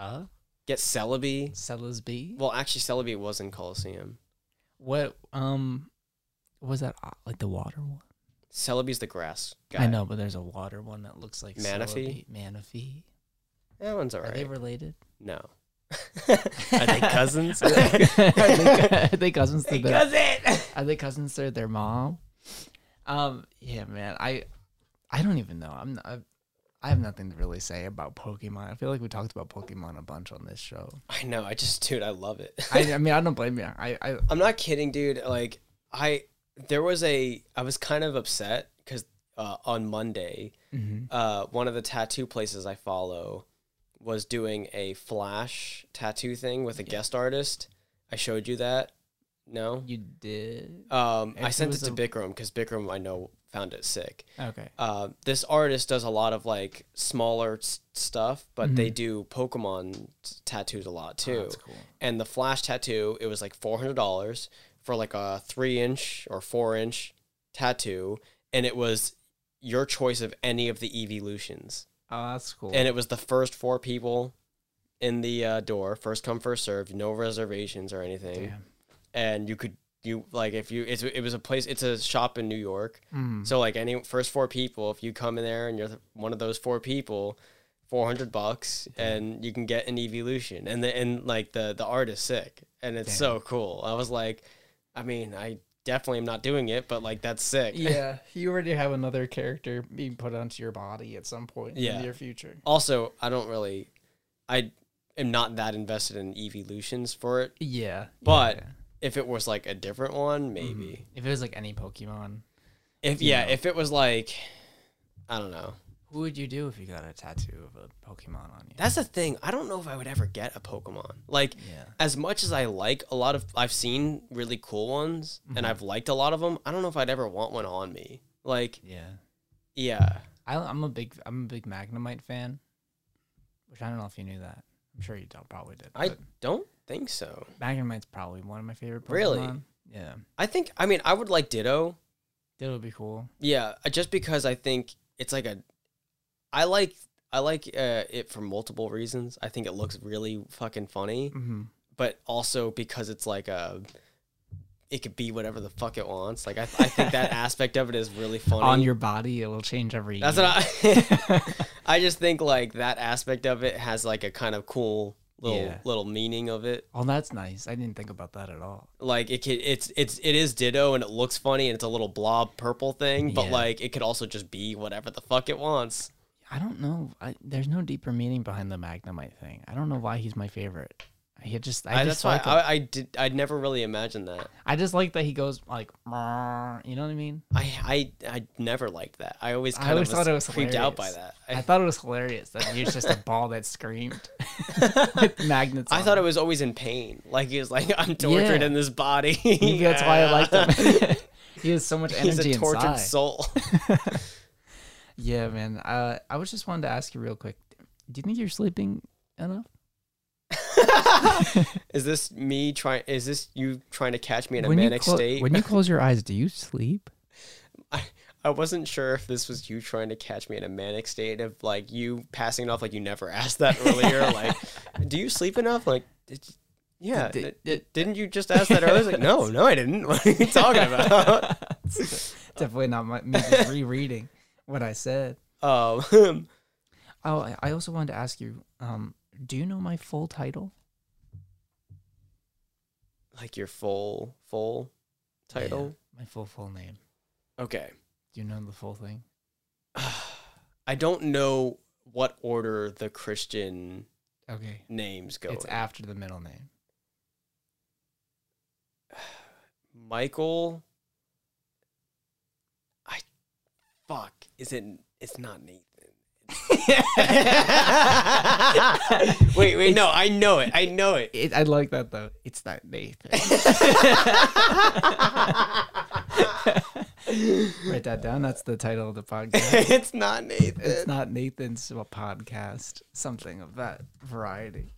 [SPEAKER 1] Uh,
[SPEAKER 2] Get Celebi.
[SPEAKER 1] Celesby.
[SPEAKER 2] Well, actually Celebi was in Coliseum.
[SPEAKER 1] What um, was that uh, like the water one?
[SPEAKER 2] Celebi's the grass guy.
[SPEAKER 1] I know, but there's a water one that looks like Celebi-
[SPEAKER 2] Manaphy?
[SPEAKER 1] Manaphy.
[SPEAKER 2] That one's
[SPEAKER 1] Are
[SPEAKER 2] alright.
[SPEAKER 1] they related?
[SPEAKER 2] no. Are they cousins?
[SPEAKER 1] are, they, are they cousins to their?
[SPEAKER 2] cousin.
[SPEAKER 1] Are they cousins to their mom? Um. Yeah, man. I I don't even know. I'm. I, I have nothing to really say about Pokemon. I feel like we talked about Pokemon a bunch on this show.
[SPEAKER 2] I know. I just, dude, I love it.
[SPEAKER 1] I, I mean, I don't blame you. I, I
[SPEAKER 2] I'm not kidding, dude. Like, I there was a I was kind of upset because uh, on Monday,
[SPEAKER 1] Mm-hmm.
[SPEAKER 2] uh, one of the tattoo places I follow was doing a flash tattoo thing with a guest artist. I showed you that. No,
[SPEAKER 1] you did.
[SPEAKER 2] um,
[SPEAKER 1] It-
[SPEAKER 2] I
[SPEAKER 1] it
[SPEAKER 2] sent it
[SPEAKER 1] was
[SPEAKER 2] to
[SPEAKER 1] a-
[SPEAKER 2] Bikram because Bikram I know found it sick.
[SPEAKER 1] Okay.
[SPEAKER 2] uh, this artist does a lot of like smaller s- stuff, but they do Pokemon t- tattoos a lot too.
[SPEAKER 1] Mm-hmm. Oh, that's cool.
[SPEAKER 2] And the flash tattoo, it was like four hundred dollars for like a three inch or four inch tattoo, and it was your choice of any of the evolutions,
[SPEAKER 1] Oh, that's cool.
[SPEAKER 2] and it was the first four people in the uh, door, first come first served, no reservations or anything,
[SPEAKER 1] Damn.
[SPEAKER 2] and you could. You like if you it's, it was a place it's a shop in New York
[SPEAKER 1] Mm.
[SPEAKER 2] so like any first four people, if you come in there and you're th- one of those four people, four hundred bucks, and you can get an evolution, and the and like the the art is sick, and it's so cool. I was like, I mean, I definitely am not doing it, but like that's sick.
[SPEAKER 1] Yeah, you already have another character being put onto your body at some point in
[SPEAKER 2] Yeah.
[SPEAKER 1] the near future.
[SPEAKER 2] Also, I don't really, I am not that invested in evolutions for it,
[SPEAKER 1] Yeah,
[SPEAKER 2] but.
[SPEAKER 1] yeah.
[SPEAKER 2] If it was like a different one, maybe.
[SPEAKER 1] if it was like any Pokemon,
[SPEAKER 2] If yeah, if it was like, I don't know,
[SPEAKER 1] Who would you do if you got a tattoo of a Pokemon on you?
[SPEAKER 2] That's the thing. I don't know if I would ever get a Pokemon. Like,
[SPEAKER 1] Yeah.
[SPEAKER 2] as much as I like a lot of, I've seen really cool ones
[SPEAKER 1] Mm-hmm.
[SPEAKER 2] and I've liked a lot of them. I don't know if I'd ever want one on me. Like,
[SPEAKER 1] yeah.
[SPEAKER 2] yeah,
[SPEAKER 1] I, I'm a big I'm a big Magnemite fan, which I don't know if you knew that. I'm sure you don't probably did.
[SPEAKER 2] I
[SPEAKER 1] but
[SPEAKER 2] don't think so.
[SPEAKER 1] Magnemite's probably one of my favorite. Pokemon.
[SPEAKER 2] Really?
[SPEAKER 1] Yeah,
[SPEAKER 2] I think, I mean, I would like Ditto.
[SPEAKER 1] that would be cool.
[SPEAKER 2] Yeah, uh, just because I think it's like a, I like, I like uh, it for multiple reasons. I think it looks really fucking funny.
[SPEAKER 1] Mm-hmm.
[SPEAKER 2] but also because it's like a it could be whatever the fuck it wants. Like I, I think that aspect of it is really funny.
[SPEAKER 1] On your body, it'll change every.
[SPEAKER 2] That's
[SPEAKER 1] year.
[SPEAKER 2] what I. I just think like that aspect of it has like a kind of cool little
[SPEAKER 1] Yeah.
[SPEAKER 2] little meaning of it.
[SPEAKER 1] Oh, that's nice. I didn't think about that at all.
[SPEAKER 2] Like it could it's it's it is Ditto and it looks funny and it's a little blob purple thing, but
[SPEAKER 1] Yeah.
[SPEAKER 2] like it could also just be whatever the fuck it wants.
[SPEAKER 1] I don't know. I, there's no deeper meaning behind the Magnemite thing. I don't know why he's my favorite. I just I,
[SPEAKER 2] I,
[SPEAKER 1] just
[SPEAKER 2] that's why
[SPEAKER 1] like him.
[SPEAKER 2] I, I did I'd never really imagined that.
[SPEAKER 1] I just like that he goes like, "Meow," you know what I mean?
[SPEAKER 2] I I I never liked that. I always
[SPEAKER 1] I
[SPEAKER 2] kind
[SPEAKER 1] always
[SPEAKER 2] of
[SPEAKER 1] thought it was
[SPEAKER 2] creeped out by
[SPEAKER 1] hilarious.
[SPEAKER 2] that.
[SPEAKER 1] I thought it was hilarious that he was just a ball that screamed with magnets.
[SPEAKER 2] I
[SPEAKER 1] on
[SPEAKER 2] thought
[SPEAKER 1] him.
[SPEAKER 2] it was always in pain. Like he was like, I'm tortured
[SPEAKER 1] Yeah.
[SPEAKER 2] in this body.
[SPEAKER 1] Maybe that's why I liked him. he has so much
[SPEAKER 2] He's
[SPEAKER 1] energy
[SPEAKER 2] a tortured
[SPEAKER 1] inside.
[SPEAKER 2] soul.
[SPEAKER 1] Yeah, man. Uh, I was just wanted to ask you real quick. Do you think you're sleeping enough?
[SPEAKER 2] is this me trying? Is this you trying to catch me in a
[SPEAKER 1] you
[SPEAKER 2] manic
[SPEAKER 1] clo-
[SPEAKER 2] state?
[SPEAKER 1] when you close your eyes, do you sleep?
[SPEAKER 2] I, I wasn't sure if this was you trying to catch me in a manic state of like you passing it off like you never asked that earlier. like, do you sleep enough? Like, did you- yeah.
[SPEAKER 1] Did-
[SPEAKER 2] d-
[SPEAKER 1] did-
[SPEAKER 2] d- didn't you just ask that earlier? I was like, no, no, I didn't. What are you talking about?
[SPEAKER 1] Definitely not my, me just rereading what I said.
[SPEAKER 2] um,
[SPEAKER 1] Oh, I- I also wanted to ask you. Um, do you know my full title?
[SPEAKER 2] like your full, full title.
[SPEAKER 1] Yeah, my full full name.
[SPEAKER 2] Okay.
[SPEAKER 1] Do you know the full thing?
[SPEAKER 2] I don't know what order the Christian
[SPEAKER 1] Okay.
[SPEAKER 2] names go.
[SPEAKER 1] It's
[SPEAKER 2] in.
[SPEAKER 1] after the middle name.
[SPEAKER 2] Michael. I fuck. Is it? It's not Nathan. wait, wait. No, I know it. I know it.
[SPEAKER 1] It, I like that though. It's not Nathan. Write that down. That's the title of the podcast.
[SPEAKER 2] it's not Nathan.
[SPEAKER 1] It's not Nathan's well, podcast. Something of that variety.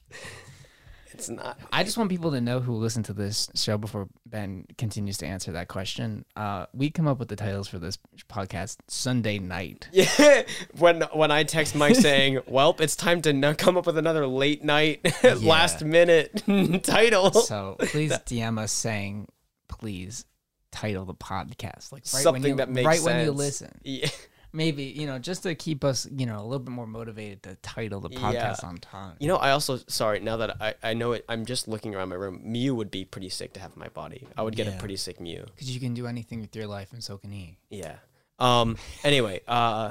[SPEAKER 2] It's not.
[SPEAKER 1] I just want people to know who listen to this show before Ben continues to answer that question. Uh, we come up with the titles for this podcast Sunday night.
[SPEAKER 2] Yeah, when when I text Mike saying, "Welp, it's time to n- come up with another late night, last minute title."
[SPEAKER 1] So please DM us saying, please title the podcast like right
[SPEAKER 2] Something
[SPEAKER 1] when you,
[SPEAKER 2] that makes
[SPEAKER 1] right when you
[SPEAKER 2] sense.
[SPEAKER 1] listen.
[SPEAKER 2] Yeah.
[SPEAKER 1] Maybe you know just to keep us you know a little bit more motivated to title the podcast
[SPEAKER 2] Yeah.
[SPEAKER 1] on time.
[SPEAKER 2] You know, I also sorry. Now that I, I know it, I'm just looking around my room. Mew would be pretty sick to have in my body. I would get
[SPEAKER 1] Yeah.
[SPEAKER 2] a pretty sick Mew.
[SPEAKER 1] Because you can do anything with your life, and so can he.
[SPEAKER 2] Yeah. Um. Anyway. Uh.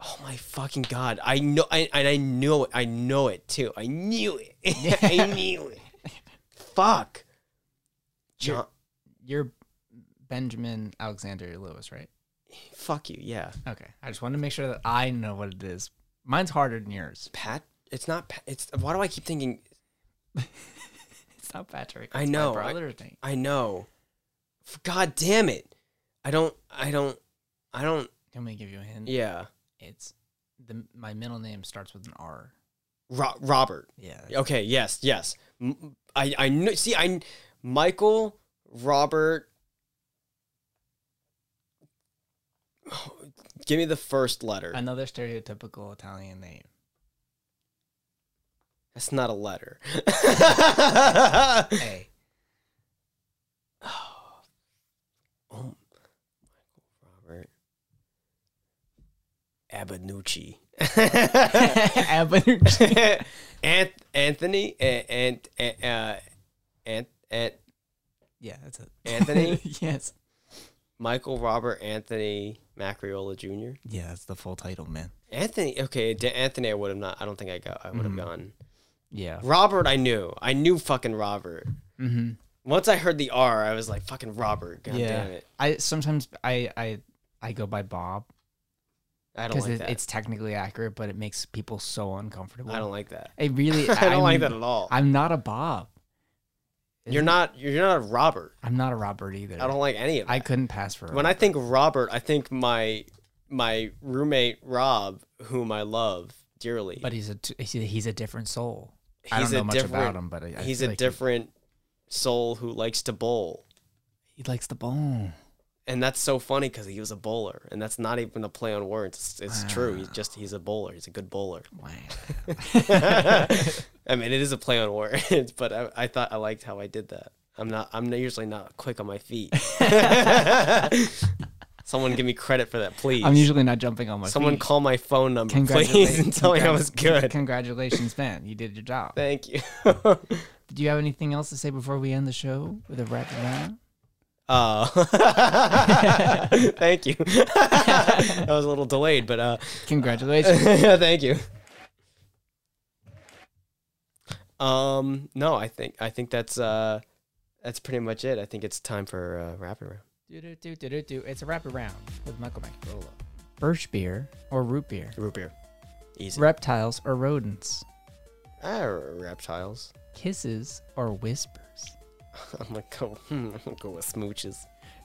[SPEAKER 2] Oh my fucking god! I know. I and I know it. I know it too. I knew it. I knew it. Fuck.
[SPEAKER 1] You're-
[SPEAKER 2] John.
[SPEAKER 1] You're Benjamin Alexander Lewis, right?
[SPEAKER 2] Fuck you. Yeah.
[SPEAKER 1] Okay. I just wanted to make sure that I know what it is. Mine's harder than yours.
[SPEAKER 2] Pat. It's not. Pat, it's. Why do I keep thinking?
[SPEAKER 1] It's not Patrick.
[SPEAKER 2] I
[SPEAKER 1] It's
[SPEAKER 2] know,
[SPEAKER 1] My
[SPEAKER 2] I-
[SPEAKER 1] brother thing.
[SPEAKER 2] I know. F- God damn it! I don't. I don't. I don't.
[SPEAKER 1] Can we give you a hint?
[SPEAKER 2] Yeah.
[SPEAKER 1] It's the my middle name starts with an R.
[SPEAKER 2] Ro- Robert.
[SPEAKER 1] Yeah.
[SPEAKER 2] Okay. Yes. Yes. M- I. I kn- see. I. kn- Michael Robert. Give me the first letter.
[SPEAKER 1] Another stereotypical Italian name.
[SPEAKER 2] That's not a letter.
[SPEAKER 1] A.
[SPEAKER 2] Oh, Robert Abanucci.
[SPEAKER 1] Avenue.
[SPEAKER 2] Anth- Anthony and and uh, Ant- Ant-
[SPEAKER 1] Yeah, that's it.
[SPEAKER 2] Anthony?
[SPEAKER 1] yes.
[SPEAKER 2] Michael Robert Anthony Macriola Jr.
[SPEAKER 1] Yeah, that's the full title, man.
[SPEAKER 2] Anthony, okay, D- Anthony, I would have not. I don't think I got. I would have
[SPEAKER 1] Mm.
[SPEAKER 2] gone.
[SPEAKER 1] Yeah.
[SPEAKER 2] Robert, I knew. I knew fucking Robert.
[SPEAKER 1] Mm-hmm.
[SPEAKER 2] Once I heard the R, I was like, fucking Robert. God
[SPEAKER 1] yeah.
[SPEAKER 2] damn it.
[SPEAKER 1] I sometimes I I I go by Bob.
[SPEAKER 2] I don't
[SPEAKER 1] because
[SPEAKER 2] like
[SPEAKER 1] it,
[SPEAKER 2] that.
[SPEAKER 1] it's technically accurate, but it makes people so uncomfortable.
[SPEAKER 2] I don't like that.
[SPEAKER 1] It really.
[SPEAKER 2] I don't like
[SPEAKER 1] I'm-
[SPEAKER 2] that at all.
[SPEAKER 1] I'm not a Bob.
[SPEAKER 2] You're not. You're not a Robert.
[SPEAKER 1] I'm not a Robert either.
[SPEAKER 2] I don't like any of that.
[SPEAKER 1] I couldn't pass for. a
[SPEAKER 2] when I think Robert, I think my my roommate Rob, whom I love dearly.
[SPEAKER 1] But he's a t- he's a, he's a different soul. I
[SPEAKER 2] He's
[SPEAKER 1] don't know
[SPEAKER 2] a
[SPEAKER 1] much about
[SPEAKER 2] different-
[SPEAKER 1] him, but I, I
[SPEAKER 2] he's
[SPEAKER 1] feel
[SPEAKER 2] a
[SPEAKER 1] like he-
[SPEAKER 2] different soul who likes to bowl,
[SPEAKER 1] He, likes the bone.
[SPEAKER 2] and that's so funny because he was a bowler, and that's not even a play on words. It's, it's true.
[SPEAKER 1] Ah.
[SPEAKER 2] He's just he's a bowler. He's a good bowler.
[SPEAKER 1] Wow.
[SPEAKER 2] I mean, it is a play on words, but I, I thought I liked how I did that. I'm not. I'm usually not quick on my feet. Someone give me credit for that, please.
[SPEAKER 1] I'm usually not jumping on my
[SPEAKER 2] Someone
[SPEAKER 1] feet.
[SPEAKER 2] call my phone number, please,
[SPEAKER 1] Congratulations.
[SPEAKER 2] and tell me I was good.
[SPEAKER 1] Congratulations, man. You did your job.
[SPEAKER 2] Thank you.
[SPEAKER 1] Do you have anything else to say before we end the show with a rapid round?
[SPEAKER 2] uh, thank you. that was a little delayed, but uh,
[SPEAKER 1] Congratulations.
[SPEAKER 2] thank you. Um, no, I think I think that's uh, that's pretty much it. I think it's time for uh, rapid round.
[SPEAKER 1] Do-do-do-do-do-do. It's a rapid round with Michael Macarola. Birch beer or root beer?
[SPEAKER 2] Root beer, easy.
[SPEAKER 1] Reptiles or rodents?
[SPEAKER 2] Ah, reptiles.
[SPEAKER 1] Kisses or whispers?
[SPEAKER 2] I'm gonna go. Hmm, I'm gonna go with smooches.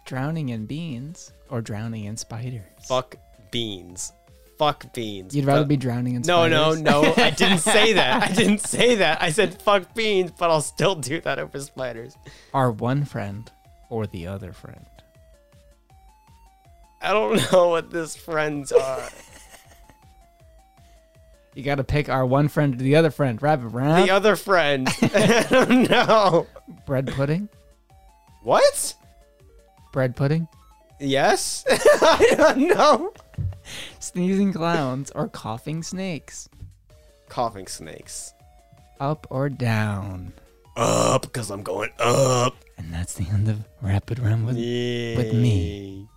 [SPEAKER 1] Drowning in beans or drowning in spiders?
[SPEAKER 2] Fuck beans. Fuck beans.
[SPEAKER 1] You'd rather
[SPEAKER 2] But-
[SPEAKER 1] be drowning in
[SPEAKER 2] No,
[SPEAKER 1] spiders?
[SPEAKER 2] no, no. I didn't say that. I didn't say that. I said fuck beans, but I'll still do that over spiders.
[SPEAKER 1] Our one friend or the other friend?
[SPEAKER 2] I don't know what these friends are.
[SPEAKER 1] You got to pick our one friend or the other friend. Rapid round.
[SPEAKER 2] the other friend. I don't know.
[SPEAKER 1] bread pudding?
[SPEAKER 2] What?
[SPEAKER 1] Bread pudding?
[SPEAKER 2] Yes? I don't know.
[SPEAKER 1] Sneezing clowns or coughing snakes?
[SPEAKER 2] Coughing snakes.
[SPEAKER 1] Up or down?
[SPEAKER 2] Up, because I'm going up.
[SPEAKER 1] And that's the end of Rapid Round with
[SPEAKER 2] Yeah.
[SPEAKER 1] me.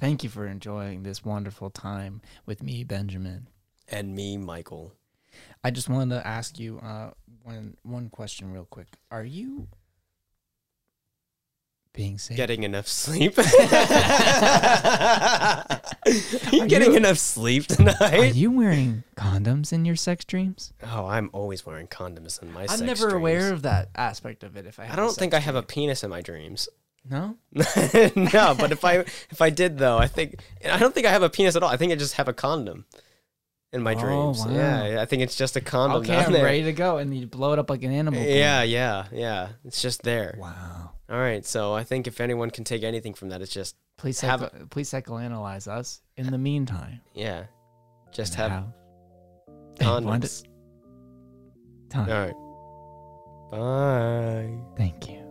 [SPEAKER 1] Thank you for enjoying this wonderful time with me, Benjamin.
[SPEAKER 2] And me, Michael.
[SPEAKER 1] I just wanted to ask you uh, one one question real quick. Are you being safe?
[SPEAKER 2] Getting enough sleep. you getting
[SPEAKER 1] you-
[SPEAKER 2] enough sleep
[SPEAKER 1] Are
[SPEAKER 2] tonight?
[SPEAKER 1] you wearing condoms in your sex dreams?
[SPEAKER 2] Oh, I'm always wearing condoms in my sex
[SPEAKER 1] I'm never
[SPEAKER 2] dreams.
[SPEAKER 1] aware of that aspect of it. If I,
[SPEAKER 2] I don't think I have a penis in my dreams.
[SPEAKER 1] no.
[SPEAKER 2] no, but if I if I did though, I think and I don't think I have a penis at all. I think I just have a condom in my
[SPEAKER 1] Oh,
[SPEAKER 2] dreams.
[SPEAKER 1] wow.
[SPEAKER 2] Yeah, I think it's just a condom
[SPEAKER 1] Okay,
[SPEAKER 2] down
[SPEAKER 1] I'm
[SPEAKER 2] there.
[SPEAKER 1] ready to go, and you blow it up like an animal. can.
[SPEAKER 2] Yeah, yeah, yeah. It's just there.
[SPEAKER 1] Wow.
[SPEAKER 2] All right, so I think if anyone can take anything from that, it's just
[SPEAKER 1] Please
[SPEAKER 2] Have
[SPEAKER 1] psycho- please psychoanalyze us. In the meantime,
[SPEAKER 2] yeah, just
[SPEAKER 1] And
[SPEAKER 2] have
[SPEAKER 1] have one
[SPEAKER 2] condoms.
[SPEAKER 1] time.
[SPEAKER 2] All right. Bye.
[SPEAKER 1] Thank you.